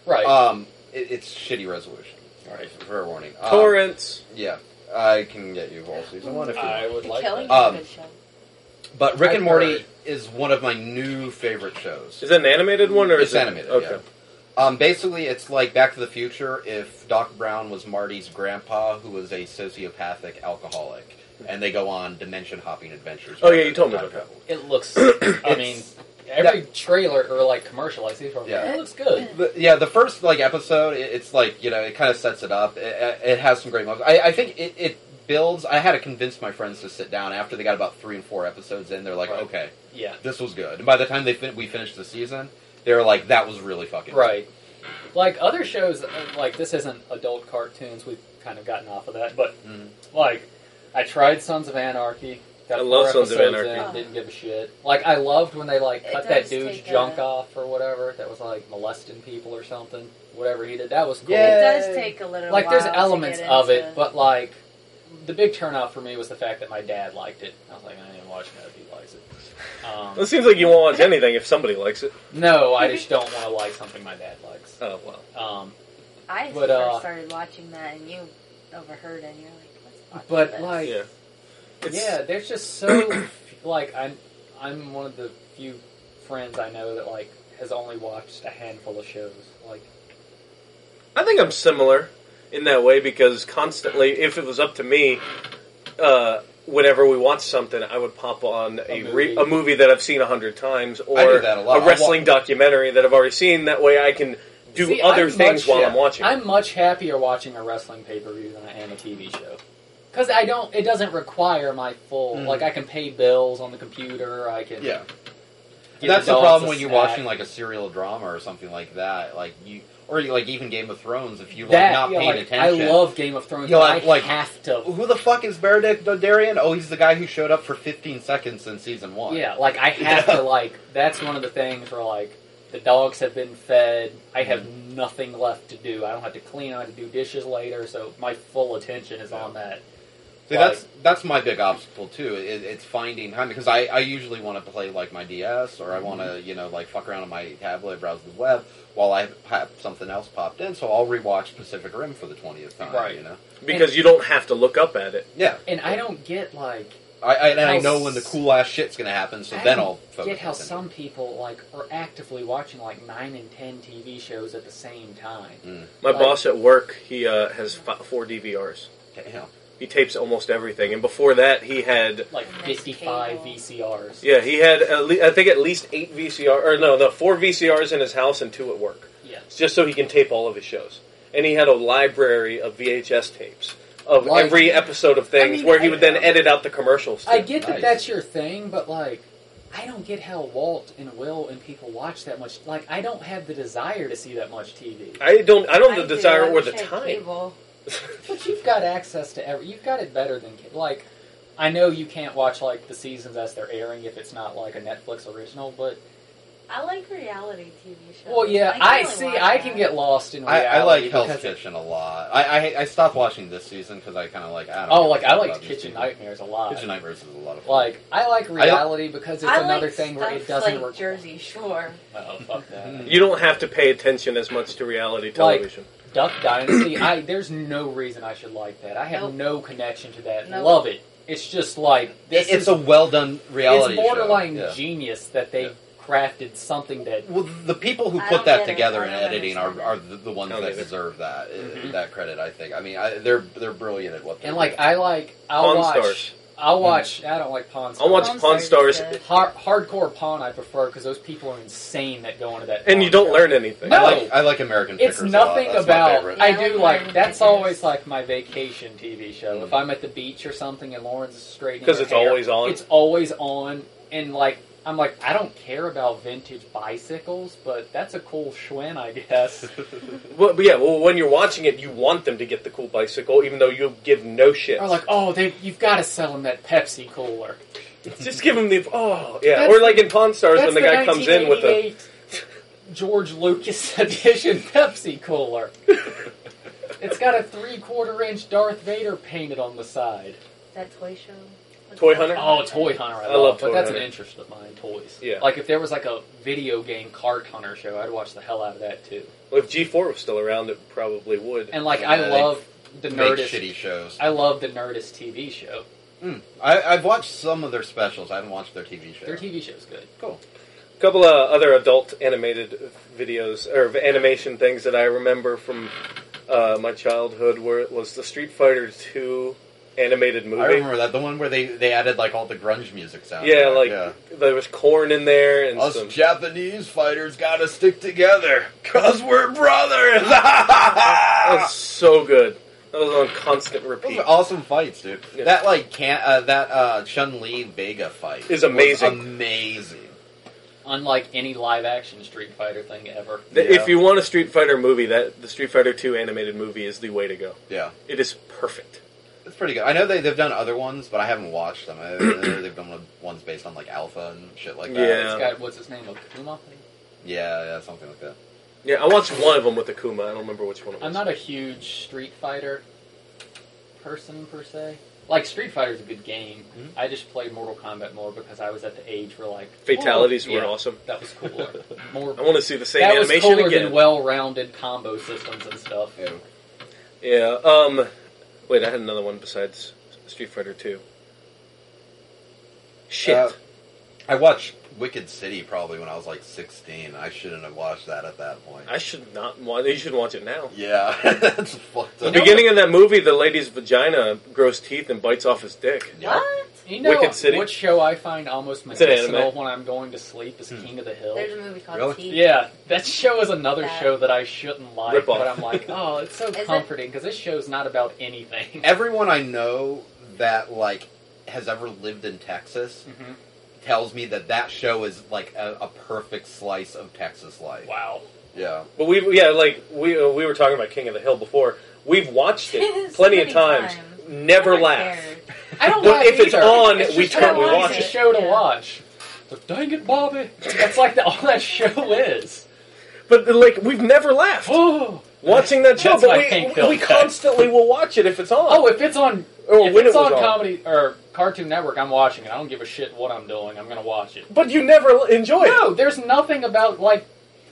right.
Um, it, it's shitty resolution.
Right.
Fair warning. Um,
Torrents.
Yeah, I can get you all season one if you want.
I would like
Killing
that.
is a
Um,
good show.
But Rick
I've
and Morty
heard-
is one of my new favorite shows.
Is it an animated one or
It's
is it
animated,
Okay,
yeah. Um, basically, it's like Back to the Future if Doc Brown was Marty's grandpa, who was a sociopathic alcoholic, and they go on dimension hopping adventures.
Oh, yeah, you told me about
Time
It looks. I
It's-
mean, every trailer or like commercial I see from
Yeah.
yeah. it looks good.
travel. The- yeah, the first like episode, it, it's like you know, it kind of sets it up. It, it- it has some great moments. I, I think it, it builds. I had to convince my friends to sit down after they got about three and four episodes in. They're like,
Right.
okay,
Yeah.
this was good. And by the time they fin- we finished the season, they were like, that was really fucking good.
Right. Like other shows, uh, like this isn't adult cartoons. We've kind of gotten off of that, but
Mhm.
like I tried Sons of Anarchy. Got
Mm. I love
four
Sons of
episodes
Anarchy.
In, didn't give a shit. Like I loved when they like
Uh-huh. It
cut that
does
dude's
take a-
junk off or whatever that was like molesting people or something. Whatever he did, that was cool.
Yeah.
It does take a little.
like there's
while to
elements
get
of
into-
it, but like the big turnoff for me was the fact that my dad liked it. I was like, I didn't watch that. He likes it.
Well, it
Um,
seems like you won't watch anything if somebody likes it.
no, I just don't want to like something my dad likes.
Oh well.
Um,
I
but,
first
uh,
started watching that, and you overheard, and you're like, Let's watch
But,
this.
like-
Yeah. It's,
yeah, there's just so like I'm I'm one of the few friends I know that like has only watched a handful of shows. Like
I think I'm similar in that way because constantly, if it was up to me, uh, whenever we watch something, I would pop on a,
A
Re-
movie.
a movie that I've seen a hundred times or
I do that a lot. I wa-
wrestling documentary that I've already seen. That way, I can do
See,
other
I'm
things
much-
while
yeah,
I'm watching. it.
I'm much happier watching a wrestling pay per view than I am a TV show. Because I don't, it doesn't require my full.
Mhm.
Like I can pay bills on the computer. I can.
Yeah.
give
That's the
adults
problem
a
when you're
snack.
watching like a serial drama or something like that. Like you, or you, like even Game of Thrones. If you like
that.
not
yeah,
paying
like,
attention,
I love Game of Thrones.
You'll
but
act
I
like-
have to.
Who the fuck is Benedict Dondarrion? Oh, he's the guy who showed up for 15 seconds in season one.
Yeah, like I have
Yeah.
to. Like that's one of the things where like the dogs have been fed. I have
Mm-hmm.
nothing left to do. I don't have to clean. I don't have to do dishes later. So my full attention is on that.
See,
Like-
that's that's my big obstacle too. It, it's finding time because I, I usually want to play like my DS or I want to
Mm-hmm.
you know like fuck around on my tablet, browse the web while I have something else popped in. So I'll rewatch Pacific Rim for the 20th time.
Right.
You know.
because you don't have to look up at it.
Yeah.
And I don't get like
I, I, and I
How
know when the
s-
cool ass shit's gonna happen, so
I
then
don't
I'll focus.
get how
on it.
some people like are actively watching like nine and ten TV shows at the same time.
Mm.
My
Like-
boss at work, he uh, has f- four DVRs.
Damn.
He tapes almost everything, and before that, he had
Like
And there's
fifty-five
cable.
VCRs.
Yeah, he had at le- I think at least eight VCR or no, no, four VCRs in his house and two at work,
Yeah.
just so he can tape all of his shows. And he had a library of VHS tapes of
Like-
every episode of things
I mean,
where he
I-
would then edit out the commercials. Too.
I get that
Nice.
that's your thing, but like, I don't get how Walt and Will and people watch that much. Like, I don't have the desire to see that much TV.
I don't. I don't
I
have the
do.
desire
I
or the
check
time.
cable.
But you've got access to every. You've got it better than ki- like. I know you can't watch like the seasons as they're airing if it's not like a Netflix original, but
I like reality TV shows.
well, yeah,
can
I,
really
see.
watch
I
that.
can get lost in
I,
reality.
I like Hell's
because it-
Kitchen a lot. I, I I stopped watching this season because I kind of like I don't.
Oh,
know
like I
about
liked
these
Kitchen
people.
Nightmares a lot.
Kitchen Nightmares is a lot of fun.
Like I like
don't-
reality because it's
I
another
like
thing where it
stuff
doesn't
like
work.
Jersey Shore.
Oh fuck that.
You don't have to pay attention as much to reality television.
Duck Dynasty. I there's no reason I should like that. I have
Nope.
no connection to that.
Nope.
Love it. It's just like this
It- it's
is
a well done reality.
it's borderline
show. Yeah.
genius that they
Yeah.
crafted something that
Well, the people who
I
put
don't
that
get it.
together
I
in
don't
editing are, are
understand
the, the ones
Don't
that
either.
deserve that uh,
Mhm.
that credit. I think. I mean, I, they're they're brilliant at what. They
and
do.
like I like I'll
Pawn
watch
Stars.
I'll watch I don't like Pawn Stars.
I'll watch
Pawn
Pawn
Stars
Stars,
is good.
Har- hardcore Pawn I prefer because those people are insane that go into that.
and
pawn
you don't
shop.
learn anything.
I
No.
like I like American
It's
Pickers a lot.
nothing
That's my
about.
favorite.
I
Yeah,
do
I
like.
like
That's
Pickers.
always like my vacation TV show.
Mm.
If I'm at the beach or something and Lauren's straightening,
Mm-hmm. 'Cause
her
it's
hair,
always on.
It's always on, and like I'm like I don't care about vintage bicycles, but that's a cool Schwinn, I guess.
Well, but yeah, well, when you're watching it, you want them to get the cool bicycle, even though you give no shit.
or like, oh, they you've got to sell them that Pepsi cooler.
Just give them the oh yeah,
That's-
or like in Pawn Stars when
that's
the guy comes in with the
1988 George Lucas edition Pepsi cooler. it's got a three-quarter inch Darth Vader painted on the side.
That toy show. What's
Toy
that?
Hunter?
Oh, Toy Hunter! I,
I
love,
love
but
Toy
that's
Hunter.
an interest of mine. Toys.
Yeah.
Like if there was like a video game cart hunter show, I'd watch the hell out of that too.
well, if G four was still around, it probably would.
And like
Yeah,
I
they
love the
make
Nerdist.
shitty shows.
I love the Nerdist TV show.
Mm. I, I've watched some of their specials. I haven't watched their TV show.
Their TV show's good.
cool.
A couple of other adult animated videos or animation things that I remember from uh, my childhood were was the Street Fighter two animated movie.
I remember that the one where they, they added like all the grunge music sound.
yeah, like
yeah.
there was corn in there and
us
some.
Japanese fighters gotta stick together cause we're brothers.
That was so good. That was on constant
Those
repeat.
are awesome fights, dude.
Yeah.
That like can uh, that uh, Chun Li Vega fight
Is
was
amazing.
amazing.
Unlike any live action Street Fighter thing ever.
The- If
Yeah.
you want a Street Fighter movie, that the Street Fighter two animated movie is the way to go.
Yeah,
It is perfect.
it's pretty good. I know they they've done other ones, but I haven't watched them. I, they've done ones based on like Alpha and shit like that.
Yeah.
It's got what's his name? Akuma.
yeah, yeah, something like that.
Yeah, I watched one of them with Akuma. I don't remember which one it was.
I'm not a huge Street Fighter person per se. Like Street Fighter's a good game.
Mhm.
Mm-hmm.
I just played Mortal Kombat more because I was at the age where like
Fatalities
oh,
were
yeah,
awesome.
That was cooler. More
I want to see the same
that was
animation
cooler
again.
than well-rounded combo systems and stuff.
Yeah.
yeah. Um. Wait, I had another one besides Street Fighter Two. Shit.
Uh, I watched Wicked City probably when I was like sixteen. I shouldn't have watched that at that point.
I should not watch. You should watch it now.
yeah, that's fucked
The
up.
beginning of that movie, the lady's vagina grows teeth and bites off his dick.
Yeah.
What?
You know
Wicked City.
what show I find almost
It's an
medicinal
anime.
when I'm going to sleep is
Hmm.
King of the Hill.
There's a movie called
Really?
Teeth.
Yeah, that show is another
Yeah.
show that I shouldn't like,
Rip
but
off.
I'm like, oh, it's so
Is it-
comforting because this show's not about anything.
Everyone I know that like has ever lived in Texas
Mhm.
tells me that that show is like a, a perfect slice of Texas life.
Wow.
Yeah,
But we, yeah, like we uh, we were talking about King of the Hill before. We've watched it
So
plenty of
many
times.
times.
Never
I don't
laugh.
care.
I don't
But
like
if it's
either.
on,
It's
we
just-
totally
I don't
watch
like It's a
it.
show to
Yeah.
watch. But dang it, Bobby! That's like the, all that show is.
But like we've never laughed
Oh,
watching that show.
That's
but
my
we,
pink
we-
pill
we
effect.
constantly will watch it if it's on.
oh, if it's on,
Or
if
when
it's
it
on,
was on.
comedy or Cartoon Network, I'm watching it. I don't give a shit what I'm doing. I'm gonna watch it.
But you never l- enjoy it.
No, there's nothing about like.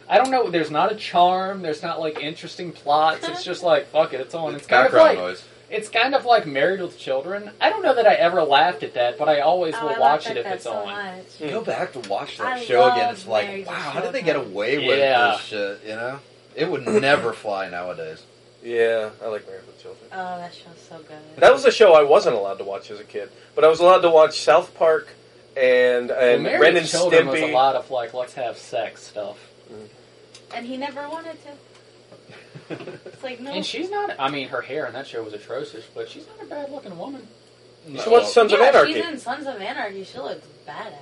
I don't know. There's not a charm. There's not like interesting plots. It's just like fuck it. It's on. It's kind of
background
like
noise.
it's kind of like Married with Children. I don't know that I ever laughed at that, but I always
Oh,
will
I
watch
laughed
it
at
if
that
it's
so
on.
much.
Hmm.
Mm.
Go back to watch that
I
show again.
love
It's like,
Married to
wow, how did they get
Children.
away with
Yeah.
this shit? You know, it would never fly nowadays.
Yeah, I like Married with Children.
Oh, that show's so good.
That was a show I wasn't allowed to watch as a kid, but I was allowed to watch South Park and
Well,
and
Married
Ren and
with Children was a
Stimpy.
lot of like let's have sex stuff.
and he never wanted to. It's like like, no.
And she's not. I mean, her hair in that show was atrocious, but she's not a bad looking woman.
She wants Sons
yeah,
of Anarchy.
she's in Sons of Anarchy. She looks badass.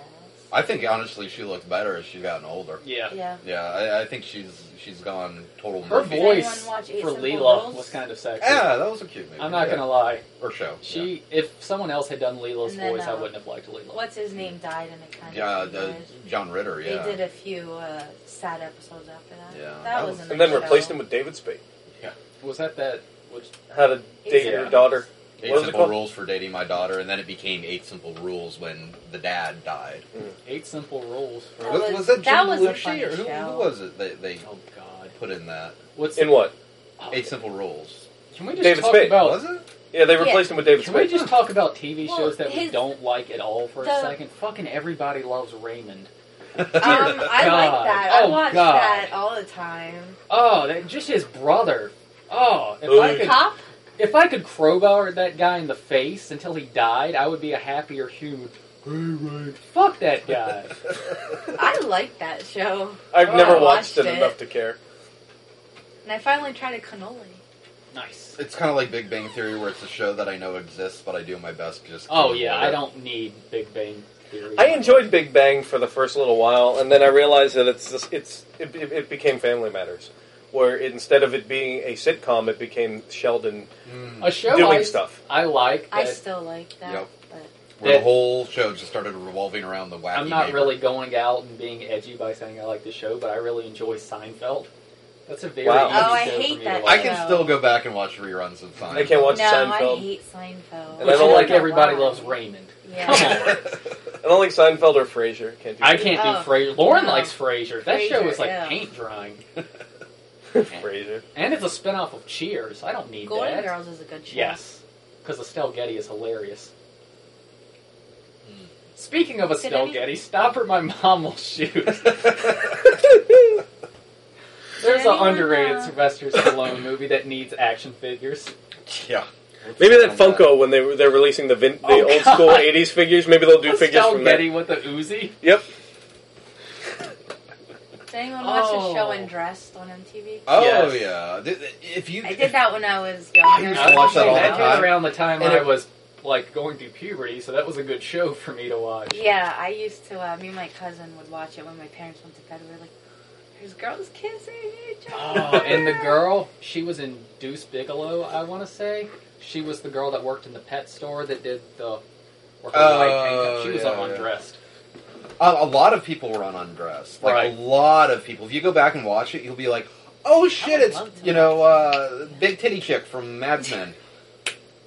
I think honestly, she looks better as she's gotten older.
Yeah.
Yeah.
Oh, Yeah, I, I think she's she's gone total.
Her
Murphy.
anyone
voice
watch Eight
for
Simple
Leela
Rules?
was kind of sexy.
Yeah, that was a cute movie.
I'm not
yeah.
gonna lie.
or show. yeah.
She, if someone else had done Leela's
And then,
voice, I
uh,
wouldn't have liked Leela.
What's his name died in it kind
yeah,
of.
the, John Ritter.
They
Yeah,
did a few uh, sad episodes after that.
Yeah.
That,
That
was,
was-
a
and then
nice
replaced
show.
him with David Spade.
Was that that? Which,
How to date
Yeah.
your daughter.
eight
What was it
simple
called?
rules for dating my daughter, and then it became eight simple rules when the dad died.
eight simple rules for.
That
was,
was-
was that Jim
that was a funny
Belushi or who,
show.
who was it that they
Oh God.
put in that
What's
In what?
oh,
eight simple rules?
Can we just
David
talk
Spade.
about?
was it?
Yeah, they
Yeah.
replaced him with David
Can we
Spade.
just talk about TV
Well,
shows that we
his-
don't like at all for
the-
a second? Fucking everybody loves Raymond.
Um, I like
God.
that. I
Oh,
watch
God.
that all the time.
Oh, that, just his brother. Oh, if I
Ooh.
could,
Cop?
if I could crowbar that guy in the face until he died, I would be a happier human. Hey, Raymond. Fuck that guy.
I like that show.
I've
Oh,
never
I
watched
watched
it,
it.
enough to care.
And I finally tried a cannoli.
nice.
It's kind of like Big Bang Theory, where it's a show that I know exists, but I do my best just. to
Oh yeah,
avoid
I
it.
don't need Big Bang Theory.
I enjoyed Big Bang for the first little while, and then I realized that it's just, it's it, it, it became Family Matters, where instead of it being a sitcom, it became Sheldon
Mm.
a show
doing
I,
stuff.
I like.
I
that
still like that.
Yep.
But
Where
It-
the whole show just started revolving around the wacky.
I'm not
neighbor.
really going out and being edgy by saying I like the show, but I really enjoy Seinfeld. That's a very
Wow.
easy
Oh,
I
show for
hate
me to
that
I
like.
can
No.
still go back and watch reruns of Seinfeld.
I can't watch
no, I
Seinfeld.
hate Seinfeld.
And I
But
don't
you like
know
everybody
why.
loves Raymond.
Yeah.
Come on.
I don't like Seinfeld or Frasier. Can't do
I can't
Oh.
do Frasier. Lauren
No.
likes Frasier. That show
Frasier,
is like
yeah.
paint drying,
do Frasier.
and it's a spinoff of Cheers. I don't need
Golden
that.
Girls is a good show.
Yes, because Estelle Getty is hilarious.
Hmm.
Speaking of
Did
Estelle
any-
Getty, stop or my mom will shoot. There's an
anyone,
underrated
uh,
Sylvester Stallone movie that needs action figures.
Yeah.
Maybe that Funko when they were- they're releasing the vin- the
Oh,
old school
God.
'80s figures. Maybe they'll do figures
Estelle
from that.
Getty with the Uzi.
Yep.
Does anyone watch
Oh.
the show Undressed on MTV?
Oh
Yes.
yeah. Th- th- If you
I did that when I was younger.
used to watch that all the
That
time.
came around the time
And
I
it-
was like going through puberty, so that was a good show for me to watch.
Yeah, I used to. Uh, me and my cousin would watch it when my parents went to bed. We were like, "There's girls kissing each other."
Oh, and the girl, she was in Deuce Bigelow, I want to say. She was the girl that worked in the pet store that did the. Or her
Oh,
white paint. She was
yeah,
on
yeah.
undressed.
a, a lot of people were on undressed. Like
Right.
a lot of people. If you go back and watch it, you'll be like, "Oh shit,
would
it's
love to
you know, uh, big titty chick from Mad Men."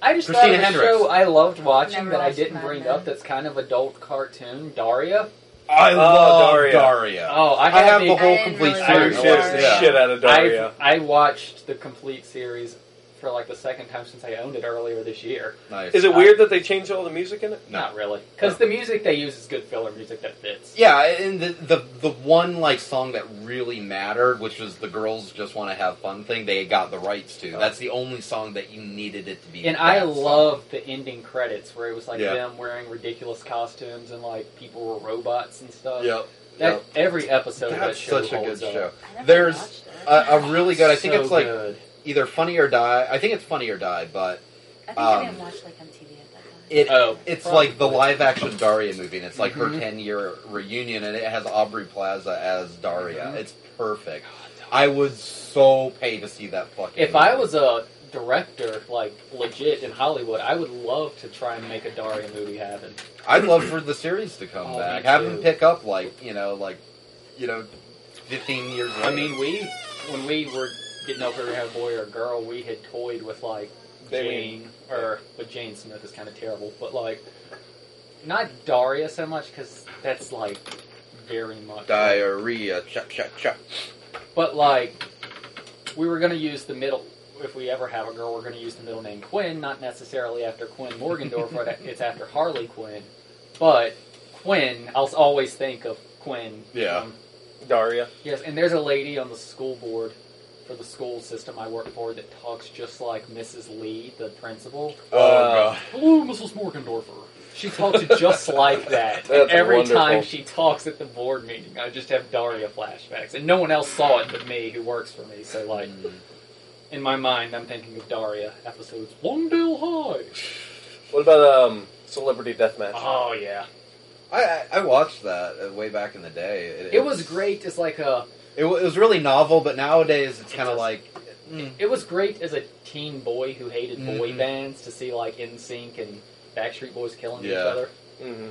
I just
Christina
thought of a
Hendricks.
show I loved watching
Never
that I
watched
didn't
Mad
bring
Men.
up. That's kind of adult cartoon, Daria.
I love
Daria.
Daria.
Oh, I,
I have
the.
the
I
whole
didn't
complete
really
I
Daria.
series.
shit
Daria.
the
Yeah.
shit out of Daria.
I've, I watched the complete series for like the second time since I owned it earlier this year.
Nice.
Is it weird that they changed all the music in it?
No.
Not really, because the music they use is good filler music that fits.
Yeah, and the, the the one like song that really mattered, which was the girls just want to have fun thing, they got the rights to. That's the only song that you needed it to be.
And I
that song.
love the ending credits where it was like
Yeah.
them wearing ridiculous costumes and like people were robots and stuff.
Yep.
That
yep.
every episode of that
That's
show
such a good
holds up.
show.
I never
There's
watched it.
A, a really good. I think
So
it's like
good.
either Funny or Die. I think it's Funny or Die, but
I think
um,
I didn't watch like MTV at that time.
it
Oh,
it's
probably.
like the live action Daria movie, and it's like her
Mhm.
ten year reunion, and it has Aubrey Plaza as Daria.
Mhm.
It's perfect. I would so pay to see that fucking.
If I was a director, like legit in Hollywood, I would love to try and make a Daria movie happen.
I'd love for the series to come
Oh, me
back. Have
too.
them pick up like you know, like you know, fifteen years.
I
later.
mean, we when we were didn't know if we were gonna have a boy or a girl, we had toyed with like
They
Jane or but Jane Smith is kind of terrible, but like not Daria so much because that's like very much
diarrhea. Chop chop chop.
But like, we were gonna use the middle. If we ever have a girl, we're gonna use the middle name Quinn, not necessarily after Quinn Morgendorf, but it's after Harley Quinn. But Quinn, I'll always think of Quinn.
Yeah.
Um,
Daria.
yes, and there's a lady on the school board for the school system I work for that talks just like Mrs. Lee, the principal.
Oh
Uh,
god.
Hello, Mrs. Morgendorfer. She talks just like that.
That's
Every
wonderful.
time she talks at the board
Mm.
meeting, I just have Daria flashbacks, and no one else saw it but me, who works for me. So like, in my mind, I'm thinking of Daria episodes. Longdale High.
What about um, Celebrity Deathmatch?
Oh yeah,
I, I I watched that uh, way back in the day.
it was great. It's like a
It, wa- it was really novel, but nowadays it's kind of
was-
like. mm,
It was great as a teen boy who hated boy
Mhm.
bands to see like NSYNC and Backstreet Boys killing each
Yeah.
other.
hmm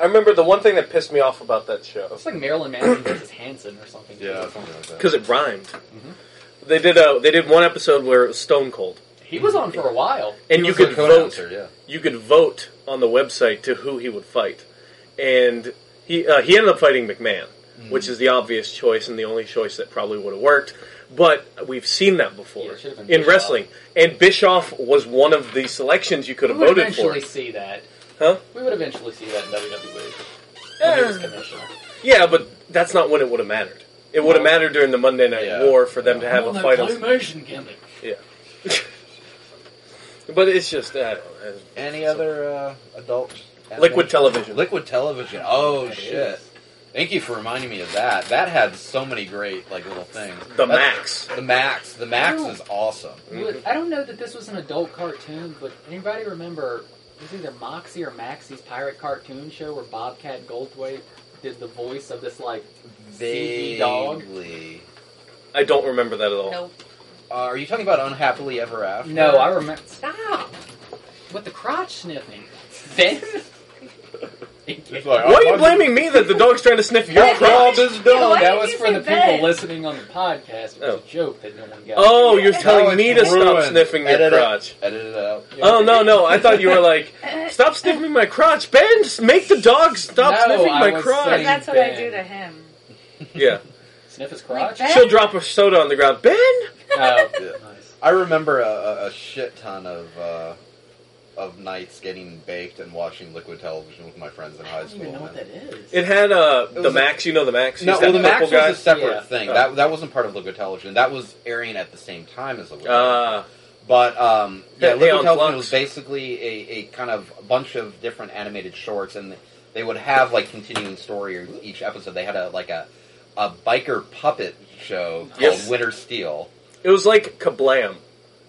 I remember the one thing that pissed me off about that show
It's like Marilyn Manson versus Hanson or something.
yeah, something like that.
because it rhymed. They did a they did one episode where it was Stone Cold,
he was on for a while.
and
He
you
was the
could vote.
co-announcer, Yeah.
You could vote on the website to who he would fight, and he uh, he ended up fighting McMahon,
Hmm.
which is the obvious choice and the only choice that probably would have worked. But we've seen that
Yeah,
before
it should've been
in
Bischoff.
wrestling, and Bischoff was one of the selections you could
We
have
would
voted for.
eventually see that.
Huh?
We would eventually see that in WWE. When he was commissioner.
Yeah, but that's not when it would have mattered. It would have mattered during the Monday Night
Yeah.
War for them to have a fight. On,
claymation gimmick.
but it's just I don't know.
Any other uh, adult?
Liquid
animation?
television.
Liquid television. Oh
That
shit!
is.
Thank you for reminding me of that. That had so many great like little things.
the
That's-
Max.
The Max. The Max
Oh.
is awesome.
Well, I don't know that this was an adult cartoon, but anybody remember it was either Moxie or Maxie's pirate cartoon show where Bobcat Goldthwait did the voice of this like CD dog?
Vaguely.
I don't remember that at all.
Nope.
Uh, are you talking about unhappily ever after?
No, I remember. Stop with the crotch sniffing. Ben.
It's like,
Why are you
I'm-
blaming me that the dog's trying to sniff your
Your
crotch?
crotch is dog.
Why
Oh, that
did
was
you
for
say
the
Ben?
people listening on the podcast. It was
Oh.
a joke that no one got.
Oh, you're
Now
telling
it's
me to stop
ruined.
sniffing your
Edit it.
crotch.
Edit it out.
Oh no, no! I thought you were like, stop sniffing my crotch, Ben. s- Make the dog stop
No,
sniffing
I
my
was
crotch.
saying-
That's what I do to him.
Yeah,
Sniff his crotch.
Like Ben?
she'll drop a soda on the ground. Ben,
Oh,
Yeah.
nice.
I remember a, a, a shit ton of uh, of nights getting baked and watching liquid television with my friends in
I
high
don't even
school.
know what
man.
that is.
it had uh,
was
the
a-
Max. You know the Max.
No,
He's
well,
that
the Max
purple
was
guy.
a separate
Yeah.
thing.
Oh.
That that wasn't part of liquid television. That was airing at the same time as liquid. television.
Ah,
but um,
Yeah,
yeah, liquid
Aeon
television
Flux.
was basically a, a kind of bunch of different animated shorts, and they would have like continuing story each episode. They had a like a a biker puppet show
Yes.
called Winter Steel.
it was like Kablam.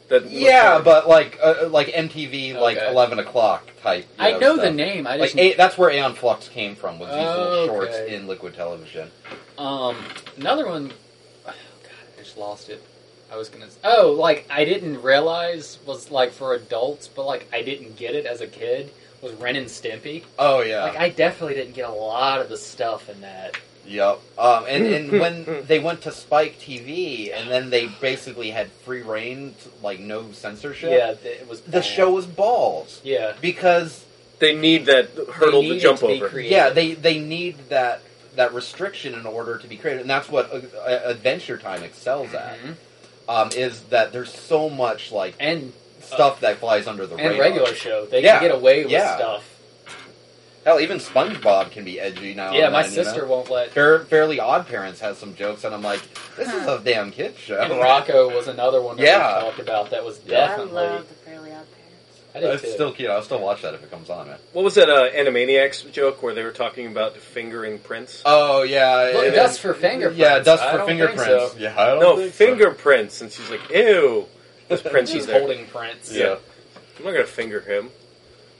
That
Yeah, but like uh, like MTV, like
Okay.
eleven o'clock type. you
I know the
stuff.
name. I just
Like a, that's where Aeon Flux came from was these
Okay.
little shorts in liquid television.
Um, another one. Oh God, I just lost it. I was gonna. Oh, like I didn't realize was like for adults, but like I didn't get it as a kid. Was Ren and Stimpy?
Oh yeah,
Like I definitely didn't get a lot of the stuff in that.
Yep. Um, and, and when they went to Spike TV, and then they basically had free reign, to, like no censorship.
Yeah, th- it was
The
bad.
show was balls
Yeah,
because
they need that hurdle
They
to
needed
jump
to be
over.
creative.
yeah, they they need that that restriction in order to be creative, and that's what uh, uh, Adventure Time excels at.
Mhm.
Um, is that there's so much like
and
stuff that flies under the
and
radar.
regular show they
Yeah,
can get away with
yeah.
stuff.
Hell, even SpongeBob can be edgy now.
yeah,
and
my
then, you know?
sister won't let.
Fair, Fairly Odd Parents has some jokes, and I'm like, this is a damn kid show.
And Rocco was another one that
Yeah.
we talked about that was
Yeah.
I
definitely.
love the Fairly Odd Parents.
I did
It's
too.
still cute. I'll still watch that if it comes on. Man.
What was that uh, Animaniacs joke where they were talking about fingering prints?
Oh yeah,
Look,
it-
dust for fingerprints.
Yeah, dust
I
for
don't think
fingerprints.
so.
Yeah, I don't
no,
think so.
fingerprints. And she's like, ew. This prince is
She's
there.
holding prints.
Yeah.
I'm not going to finger him.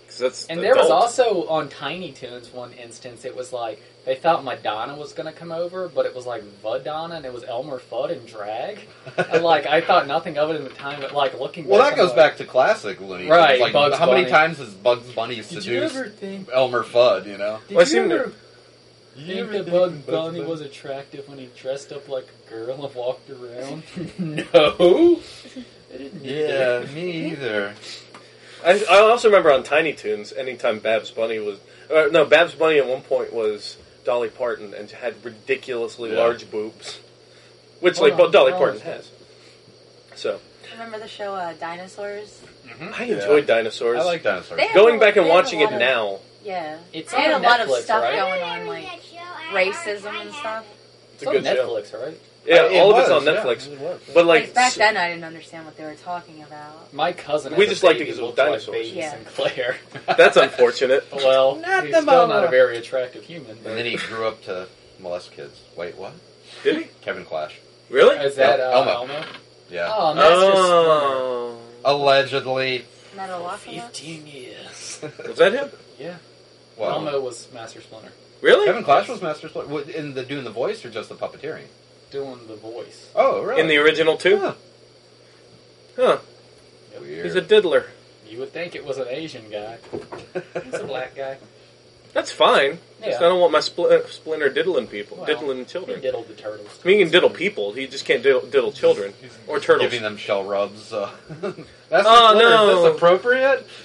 Because that's.
And there was
adult.
also on Tiny Toons one instance. It was like they thought Madonna was gonna come over, but it was like Vadonna, and it was Elmer Fudd in drag. And like I thought nothing of it at the time, but like looking.
well,
back,
that goes
I'm like,
back to classic Looney. Tunes.
Right,
Like,
Bugs
how
Bunny.
many times has Bugs Bunny
Did
seduced
you ever think?
Elmer Fudd? You know.
Did
Well,
you
I seem to-
ever think that Bugs Bunny was attractive when he dressed up like a girl and walked around? no. I didn't need that.
Yeah, me either.
I, I also remember on Tiny Toons, anytime Babs Bunny was. Or, no, Babs Bunny at one point was Dolly Parton and had ridiculously
Yeah.
large boobs. Which,
Hold
like,
on,
well, Dolly
how
Parton
is that?
has. So,
Remember the show uh, Dinosaurs?
I enjoyed
I
dinosaurs.
like dinosaurs.
They-
Going back and
They have a
watching it
lot of-
now,
Yeah.
It's
they had
on
a lot of
Netflix,
stuff
right?
going on, like racism and stuff.
It's
it's a
on
good show.
Netflix, right?
Yeah,
It
all of
was,
it's on
yeah,
Netflix.
it was.
But,
Like,
like,
back then, I didn't understand what they were talking about.
My cousin.
We
has a
just liked it
baby
because it was
looked like
dinosaurs.
Baby
Yeah.
Sinclair.
that's unfortunate.
Well,
Not
he's
the
still not a
mama.
very attractive human.
and
But
then he grew up to molest kids. Wait, what?
Did he?
Kevin Clash.
Really?
is that uh,
Elmo.
Elmo?
Yeah.
Oh, and that's just
Oh.
Allegedly.
Metalocalypse.
fifteen years.
Was that him?
Yeah,
Well,
Elmo was Master Splinter
Really?
Kevin Clash was Master Splinter. What, In the doing the voice or just the puppeteering?
doing the voice.
Oh, really?
In the original too?
Huh.
Huh.
Yep.
Weird.
He's a diddler.
You would think it was an Asian guy. It's a black guy.
That's fine. Just I
Yeah,
don't want my spl- uh, splinter diddling people,
Well,
diddling
he
children.
diddled the turtles.
I mean, he can diddle people. He just can't diddle, diddle children or turtles.
Giving them shell rubs. Uh, Master
Oh,
Splinter,
no.
is this appropriate?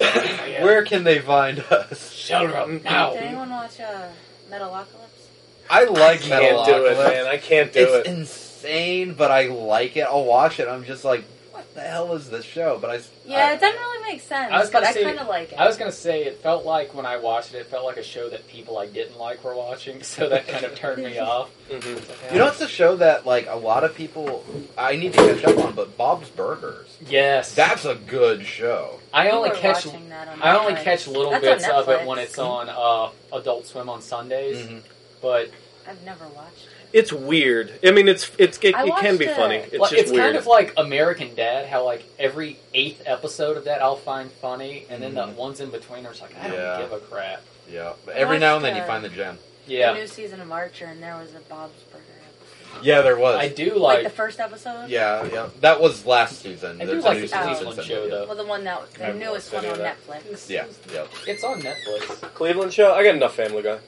Yeah.
Where can they find us?
Shut her up
Did
now.
anyone watch uh, Metalocalypse?
I like
I can't do it, man. I can't do
it's
it.
insane, but I like it. I'll watch it. I'm just like, what the hell is this show? But I s-
Yeah,
I-
it doesn't really make sense,
I was
but
gonna
I
say-
kind of like it.
I was gonna say it felt like when I watched it, it felt like a show that people I didn't like were watching, so that kind of turned me off.
Mhm.
you know, it's a show that like a lot of people I need to catch up on. But Bob's Burgers,
Yes,
that's a good show.
I
You
only
were
catch
watching that on
I only
Netflix.
catch little
That's on
bits of it
Netflix.
when it's on uh, Adult Swim on Sundays,
Mm-hmm.
but
I've never watched it.
It's weird. I mean, it's it's it,
I
it can
watched
be
it.
funny. It's
like,
just
it's
weird.
kind of like American Dad, how like every eighth episode of that I'll find funny, and then
Mhm.
the ones in between are just like I don't
Yeah.
give a crap.
Yeah, but
I
every now and
watched,
then you
uh,
find the gem.
Yeah,
The new season of Archer, and there was a Bob's Burger episode.
Yeah, there was.
I do
Like,
like.
the first episode?
yeah, yeah, that was last season.
I do
There's a
like
new
the
season
Cleveland
since
show
then.
though.
Well, the one that the
I've
newest
watched
one
any
on
of that.
Netflix.
Yeah, yeah.
It's on Netflix.
Cleveland show. I got enough Family Guy.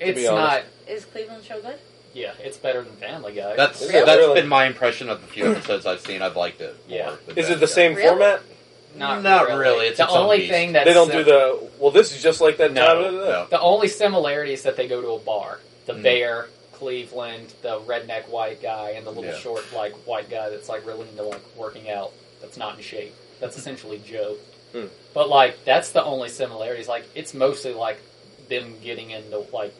It's
be
not.
honest.
Is Cleveland show good?
Yeah, it's better than Family Guy.
That's
Is
that's
it really?
been my impression of the few episodes I've seen. I've liked it. more
Yeah.
than
Is
Jam,
it the
yeah.
same
Really?
format?
not,
Not really, it's
the
its own
only
beast.
thing that
they don't do the. Well, this is just like that.
No.
blah, blah, blah.
Yeah.
The only similarity is that they go to a bar. The
Hmm.
Mhm.
bear, Cleveland, the redneck white guy, and the little
Yeah.
short like white guy that's like really into like working out. That's not in shape. That's essentially Joe.
Hmm.
But like that's the only similarities. Like it's mostly like them getting into like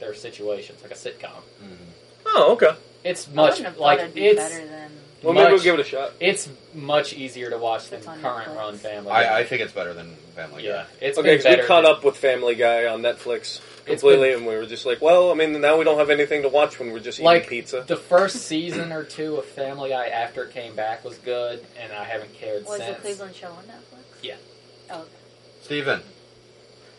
their situations, like a sitcom.
Mhm.
Oh, okay.
It's
I
much
wouldn't have thought
like
it'd be
it's
better than.
Well, maybe we'll
Much-
give it a shot.
it's much easier to watch than
It's on
current
Netflix.
run Family. Guy.
I, I think it's better than Family
yeah,
Guy.
it's
Okay,
been
'cause
better.
we caught
than-
up with Family Guy on Netflix
It's
completely, and we were just like, well, I mean, now we don't have anything to watch when we're just eating
Like-
pizza.
The first season or two of Family Guy after it came back was good, and I haven't cared
Was the
since.
Cleveland show on Netflix?
Yeah.
Oh,
Steven,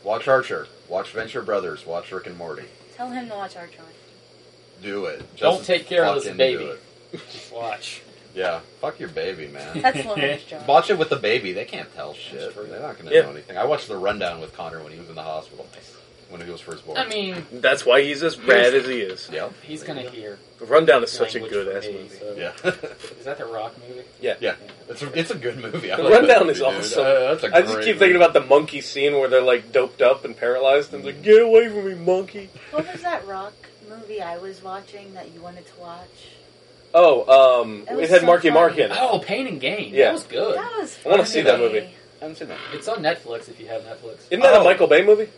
watch Archer. Watch Venture Brothers. Watch Rick and Morty.
tell him to watch Archer. with
Do it. Just
Don't take care of this
fucking
baby.
do it.
Just watch.
Yeah. Fuck your baby,
you.
man.
That's Lauren's job.
Watch it with the baby. They can't tell shit.
That's true.
They're not going to
Yeah.
know anything. I watched the rundown with Connor when he was in the hospital. When he was first born.
I mean,
That's why he's as rad as he is.
yeah.
he's
There
gonna
you
hear.
Rundown is such a
language
good
from
ass
me,
movie.
so-
go. Yeah.
Is that the Rock movie?
yeah. It's a, it's a good movie. I
The
like that
Rundown
movie,
is
dude.
awesome.
Uh, that's a
I just
great
keep thinking
movie.
about the monkey scene where they're like doped up and paralyzed, and like, get away from me, monkey.
What was that rock movie I was watching that you wanted to watch?
Oh, um,
That
it
was
had
so
Marky Mark
funny.
in it.
Oh, Pain and Gain.
Yeah.
That was good.
That was.
I wanna see that
funny.
movie.
I haven't seen that.
It's on Netflix if you have Netflix.
Isn't that
Oh.
a Michael Bay movie?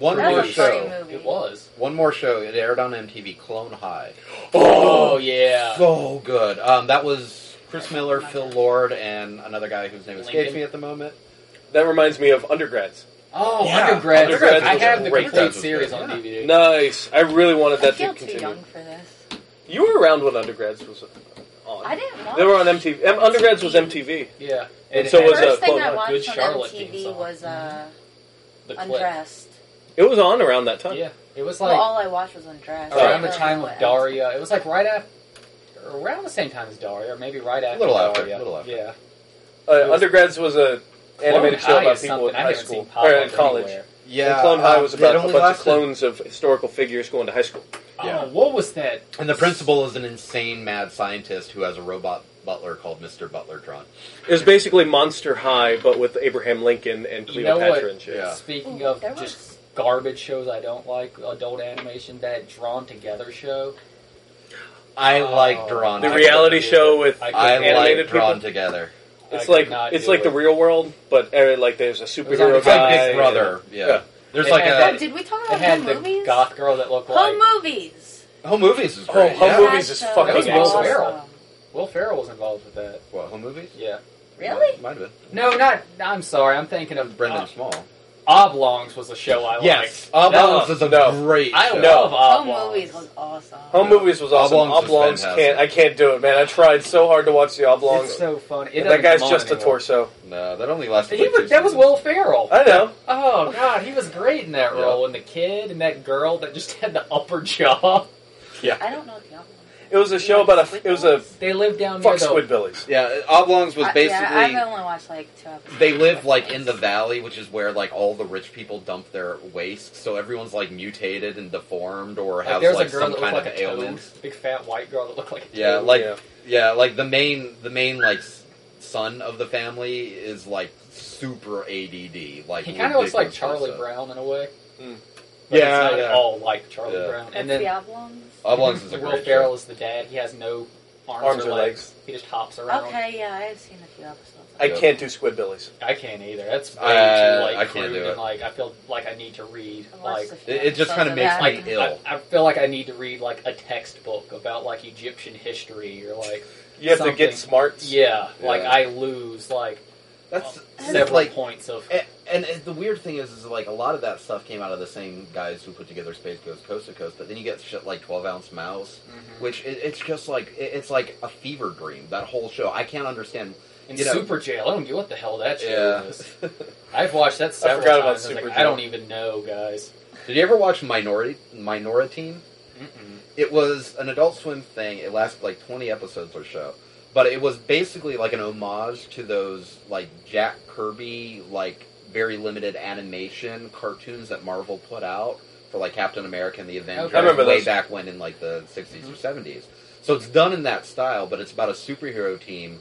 One
That
more
was a funny
show.
movie.
It was.
One more show. It aired on MTV. Clone High.
Oh, yeah.
So good. Um, that was Chris Miller, Phil Lord, and another guy whose name escapes
Lincoln.
me at the moment.
That reminds me of Undergrads.
Oh,
Yeah.
Undergrads.
Undergrads
I
was
have the
great.
complete
Undergrads was
series
good.
on
Yeah.
DVD.
Nice. I really wanted
I
that to
feel too
continue.
young for this.
You were around when Undergrads was on.
I didn't watch.
They were on MTV. M- Undergrads was MTV.
Yeah.
And
it
so
had
was,
First
uh,
the
Clone
thing I
High.
watched
Good
on
Charlotte theme
MTV
song.
was uh,
clip.
Undressed.
It was on around that time.
Yeah. It was
well,
like
all I watched was Undressed.
around
I
the
don't
time
know
of
what else.
Daria. It was like right after. Around the same time as Daria, or maybe right after.
little after,
Daria.
little after.
Yeah.
Uh, Undergrads was a animated
Clone
show
High
about
is
people in
something I
high
haven't seen
school
pop
or
up
in college.
anywhere.
Yeah,
and Clone High
um,
was
it
about a
only
bunch of
lasted-
clones of historical figures going to high school.
Yeah.
Oh, what was that?
And the principal is an insane mad scientist who has a robot butler called Mister Butlertron.
It was basically Monster High, but with Abraham Lincoln and
You know
Cleopatra
what?
and shit.
Yeah.
Speaking
Ooh,
of
there
just garbage shows I don't like, adult animation, that Drawn Together show.
I
Oh.
like drawn.
The
I-
reality show with
I-
I
animated
like drawn
people.
together.
It's
I
like
could not
it's
do
like the
it.
real world, but uh, like there's a
was on
superhero
Big
guy.
Big Brother. Yeah.
Yeah.
There's
They
like
had
a
Wait, did we talk
It
about
had
home
the
Oh, movies?
goth girl that looked like
Home movies.
home movies is
Oh,
great.
home
yeah.
movie- movies is
That
fucking
show was
That was Will
awesome.
Ferrell. Will Ferrell was involved with that.
What home movies?
Yeah.
Really?
Might have been
No, not. I'm sorry. I'm thinking of
Oh.
Brendan
uh,
Small.
Oblongs was a show I
Yes,
liked. That
Oblongs
was-
is a
no.
great.
I
show.
No.
love
Home
Oblongs.
movies was awesome.
Home
Yeah.
movies was awesome.
Oblongs was
Oblongs can't.
fantastic.
I can't do it, man. I tried so hard to watch the Oblongs.
It's so funny. It doesn't
that guy's
come on
just a
anymore.
torso.
No, that only lasted.
He
like two
was, that was
seasons.
Will Ferrell.
I know.
Oh god, he was great in that
Yeah.
role. And the kid and that girl that just had the upper jaw.
I don't know what the other one. is.
It was a show about a. It was a
They lived down
fuck
near the.
Squidbillies.
Yeah, Oblongs was
I-
basically.
yeah, I've only watched like two episodes.
they live like in the valley, which is where like all the rich people dump their waste. So everyone's like mutated and deformed, or
Like,
has
there was
like
a girl
some
that
kind
looked
of
like a toad.
ailment.
Big fat white girl that looked like a
Yeah,
toad.
like
Oh, Yeah.
yeah. like the main the main like s- son of the family is like super ADD. Like
he kind of looks like
ridiculous
Charlie
person.
Brown in a way.
Mm.
But
Yeah,
it's not
yeah.
at all like Charlie
Yeah.
Brown.
That's
And
the
then
Oblongs.
Oblongs Oh, is a
Will
great
Ferrell
show.
is the dad. He has no arms,
Arms
or,
or
legs. He just hops around.
Okay, yeah, I've seen a few episodes.
I
Yeah.
can't do Squidbillies.
I can't either. That's way
Uh,
too like
I can't
crude
do it.
and like I feel like I need to read
I've
like
watched a few
It, it just
episodes
kind of makes
that.
me ill.
I, I feel like I need to read like a textbook about like Egyptian history or like
You have to get
Something.
smarts.
yeah, like
Yeah.
I lose like
That's
several
like
points of
And, and it- the weird thing is, is like a lot of that stuff came out of the same guys who put together Space Ghost Coast to Coast. But then you get shit like Twelve Ounce Mouse,
Mhm.
which it, it's just like it, it's like a fever dream. That whole show, I can't understand.
in
you know-
Super Jail. I don't get what the hell that show
Yeah.
is. I've watched that several
forgot
times.
about
I, was
Super
like,
Jail.
I don't even know, guys.
Did you ever watch Minority Minority?
Mm-mm.
It was an Adult Swim thing. It lasted like twenty episodes or so, but it was basically like an homage to those like Jack Kirby like very limited animation cartoons that Marvel put out for like Captain America and the Avengers
I
remember
way
those. Mm-hmm.
back when in like the 60s or seventies. So it's done in that style, but it's about a superhero team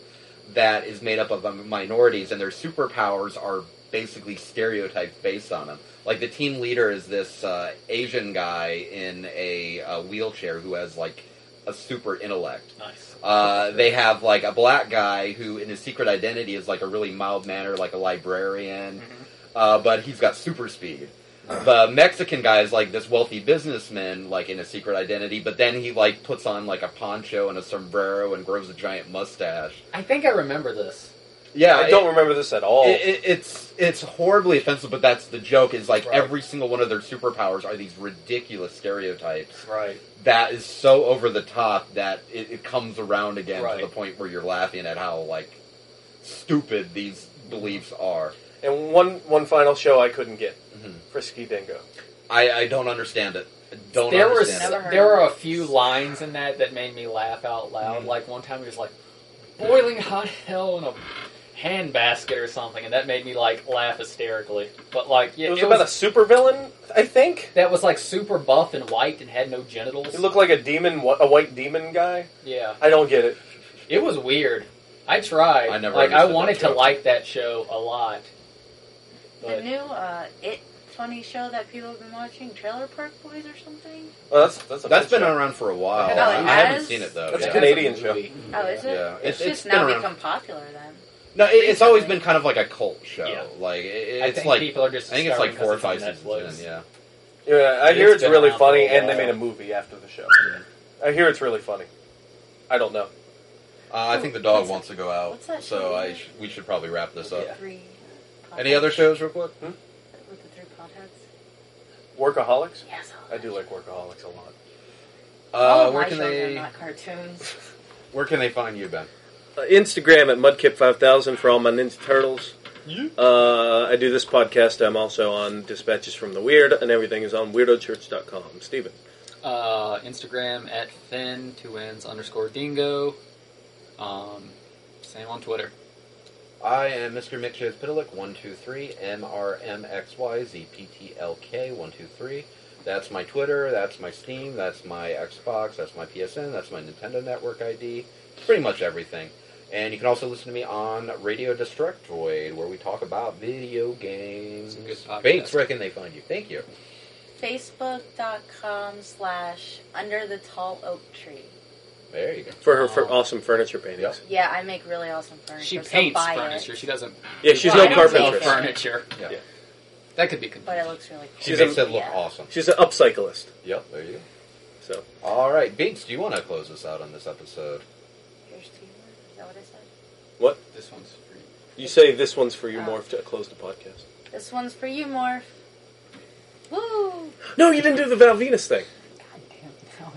that is made up of um, minorities, and their superpowers are basically stereotypes based on them. Like the team leader is this uh, Asian guy in a, uh wheelchair who has like a super intellect.
Nice.
Uh, they have like a black guy who, in his secret identity, is like a really mild manner, like a librarian,
Mm-hmm.
uh, but he's got super speed. The Mexican guy is like this wealthy businessman, like in a secret identity, but then he like puts on like a poncho and a sombrero and grows a giant mustache.
I think I remember this.
Yeah,
I
it-
don't remember this at all.
it,
Oh.
it, it's it's horribly offensive, but that's the joke. Is like
Right.
every single one of their superpowers are these ridiculous stereotypes
Right.
that is so over the top that it, it comes around again
Right.
to the point where you're laughing at how like stupid these beliefs are.
and one one final show I couldn't get.
Mm-hmm.
Mhm.
Frisky Dingo.
I, I don't understand it. I Don't
there were
understand.
s-
it.
Never heard
there
of
were a
it.
few lines in that that made me laugh out loud.
Mm.
Mhm.
Like one time he was like, "Boiling hot hell in a handbasket" or something, and that made me like laugh hysterically. But like, yeah,
it was about a supervillain, I think.
that was like super buff and white and had no genitals.
He looked like a demon, wh- a white demon guy.
yeah,
I don't get it.
it was weird. I tried.
I never
like. I
understood that
wanted to
joke.
like that show a lot.
The
But
new uh, It funny show that people have been watching, Trailer Park Boys or something.
Well, that's that's a
That's
good
been
show.
around for a while.
Oh, it
I, I haven't
has?
seen it though.
That's
yeah.
a Canadian
That's a movie.
Oh, is it?
Yeah,
It's,
it's-
just
it's been
now
around.
become popular then.
No, it, it's always
Recently.
been kind of like a cult show.
Yeah.
Like it,
I
it's
think
like
people are just.
I think it's like
discovering
four or five
'cause it's
seasons.
on Netflix.
in, yeah.
Yeah, I hear
It's
it's
been
really
around for a
funny, and they
while.
made a movie after the show.
Yeah.
I hear it's really funny. I don't know.
Uh, I think the dog
What's
wants to go out,
what's that
so
show?
I sh- we should probably wrap this up.
Yeah.
Three. uh,
Any other
podheads.
shows, real quick?
With the three potheads.
Workaholics.
Yes.
I do like Workaholics a lot.
All
Uh,
of
where
Oh, my
can
shows
they
are not cartoons.
Where can they find you, Ben?
Uh, Instagram at Mudkip5000 for all my Ninja Turtles. Uh, I do this podcast. I'm also on Dispatches from the Weird, and everything is on WeirdoChurch.com. Steven.
uh, Instagram at fin two ends underscore dingo. Um, same on Twitter.
I am Mr. Mick Shows Pidalic, 123 M R M X Y Z P T L K 123. That's my Twitter, that's my Steam, that's my Xbox, that's my PSN, that's my Nintendo Network ID, pretty much everything. And you can also listen to me on Radio Destructoid, where we talk about video games.
It's a good podcast.
Bates, where can they find you? Thank you.
Facebook.com slash under the tall oak tree.
There you go.
for
her for
awesome furniture paintings.
Yeah, I make really awesome furniture.
She
so
paints
buy it.
furniture. She doesn't.
Yeah, she's
Well,
no
I don't think
carpenter.
so.
Furniture.
Yeah.
Yeah.
That could be
But it
confusing.
looks really cool.
She
She's
makes
a-
it look
yeah.
awesome.
She's an upcyclist.
Yep, there you go.
So
All right, Bates, do you want to close us out on this episode?
Here's two more. Is that what I said? uh,
This one's pretty.
you say this one's for you,
Oh.
Morph, to close the podcast.
This one's for you, Morph. Woo!
No, you didn't do the Val Venus thing.
God damn, now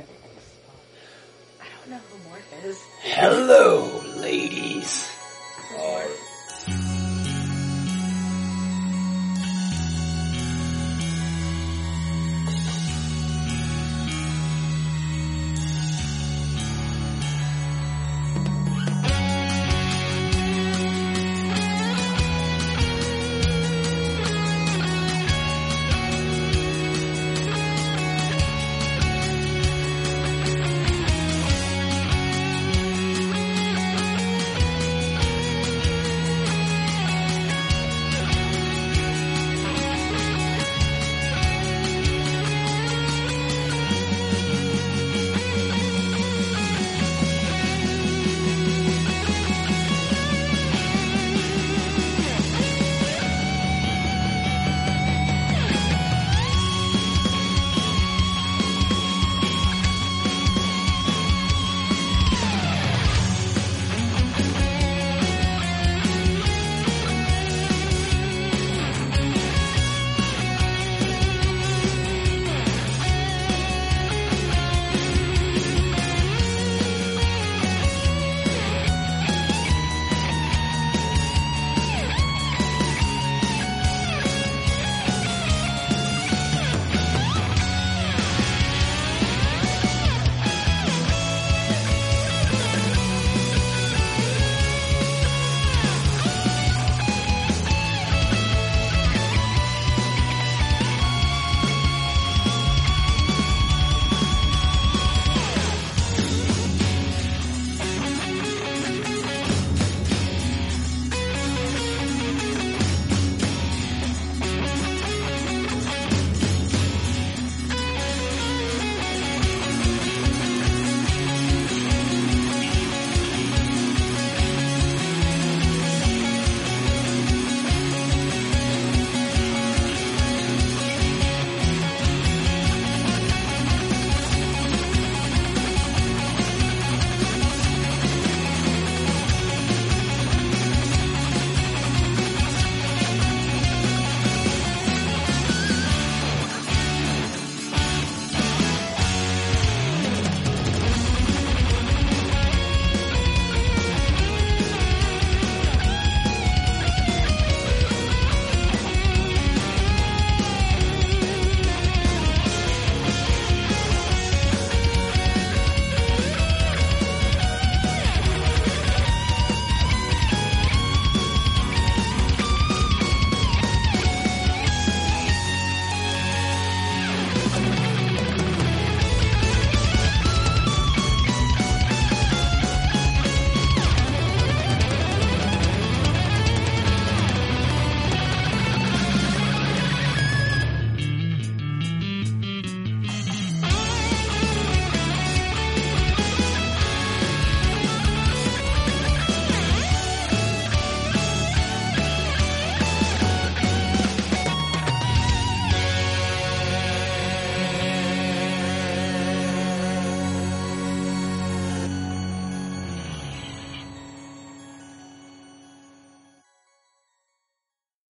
I don't know who Morph is.
Hello, lady.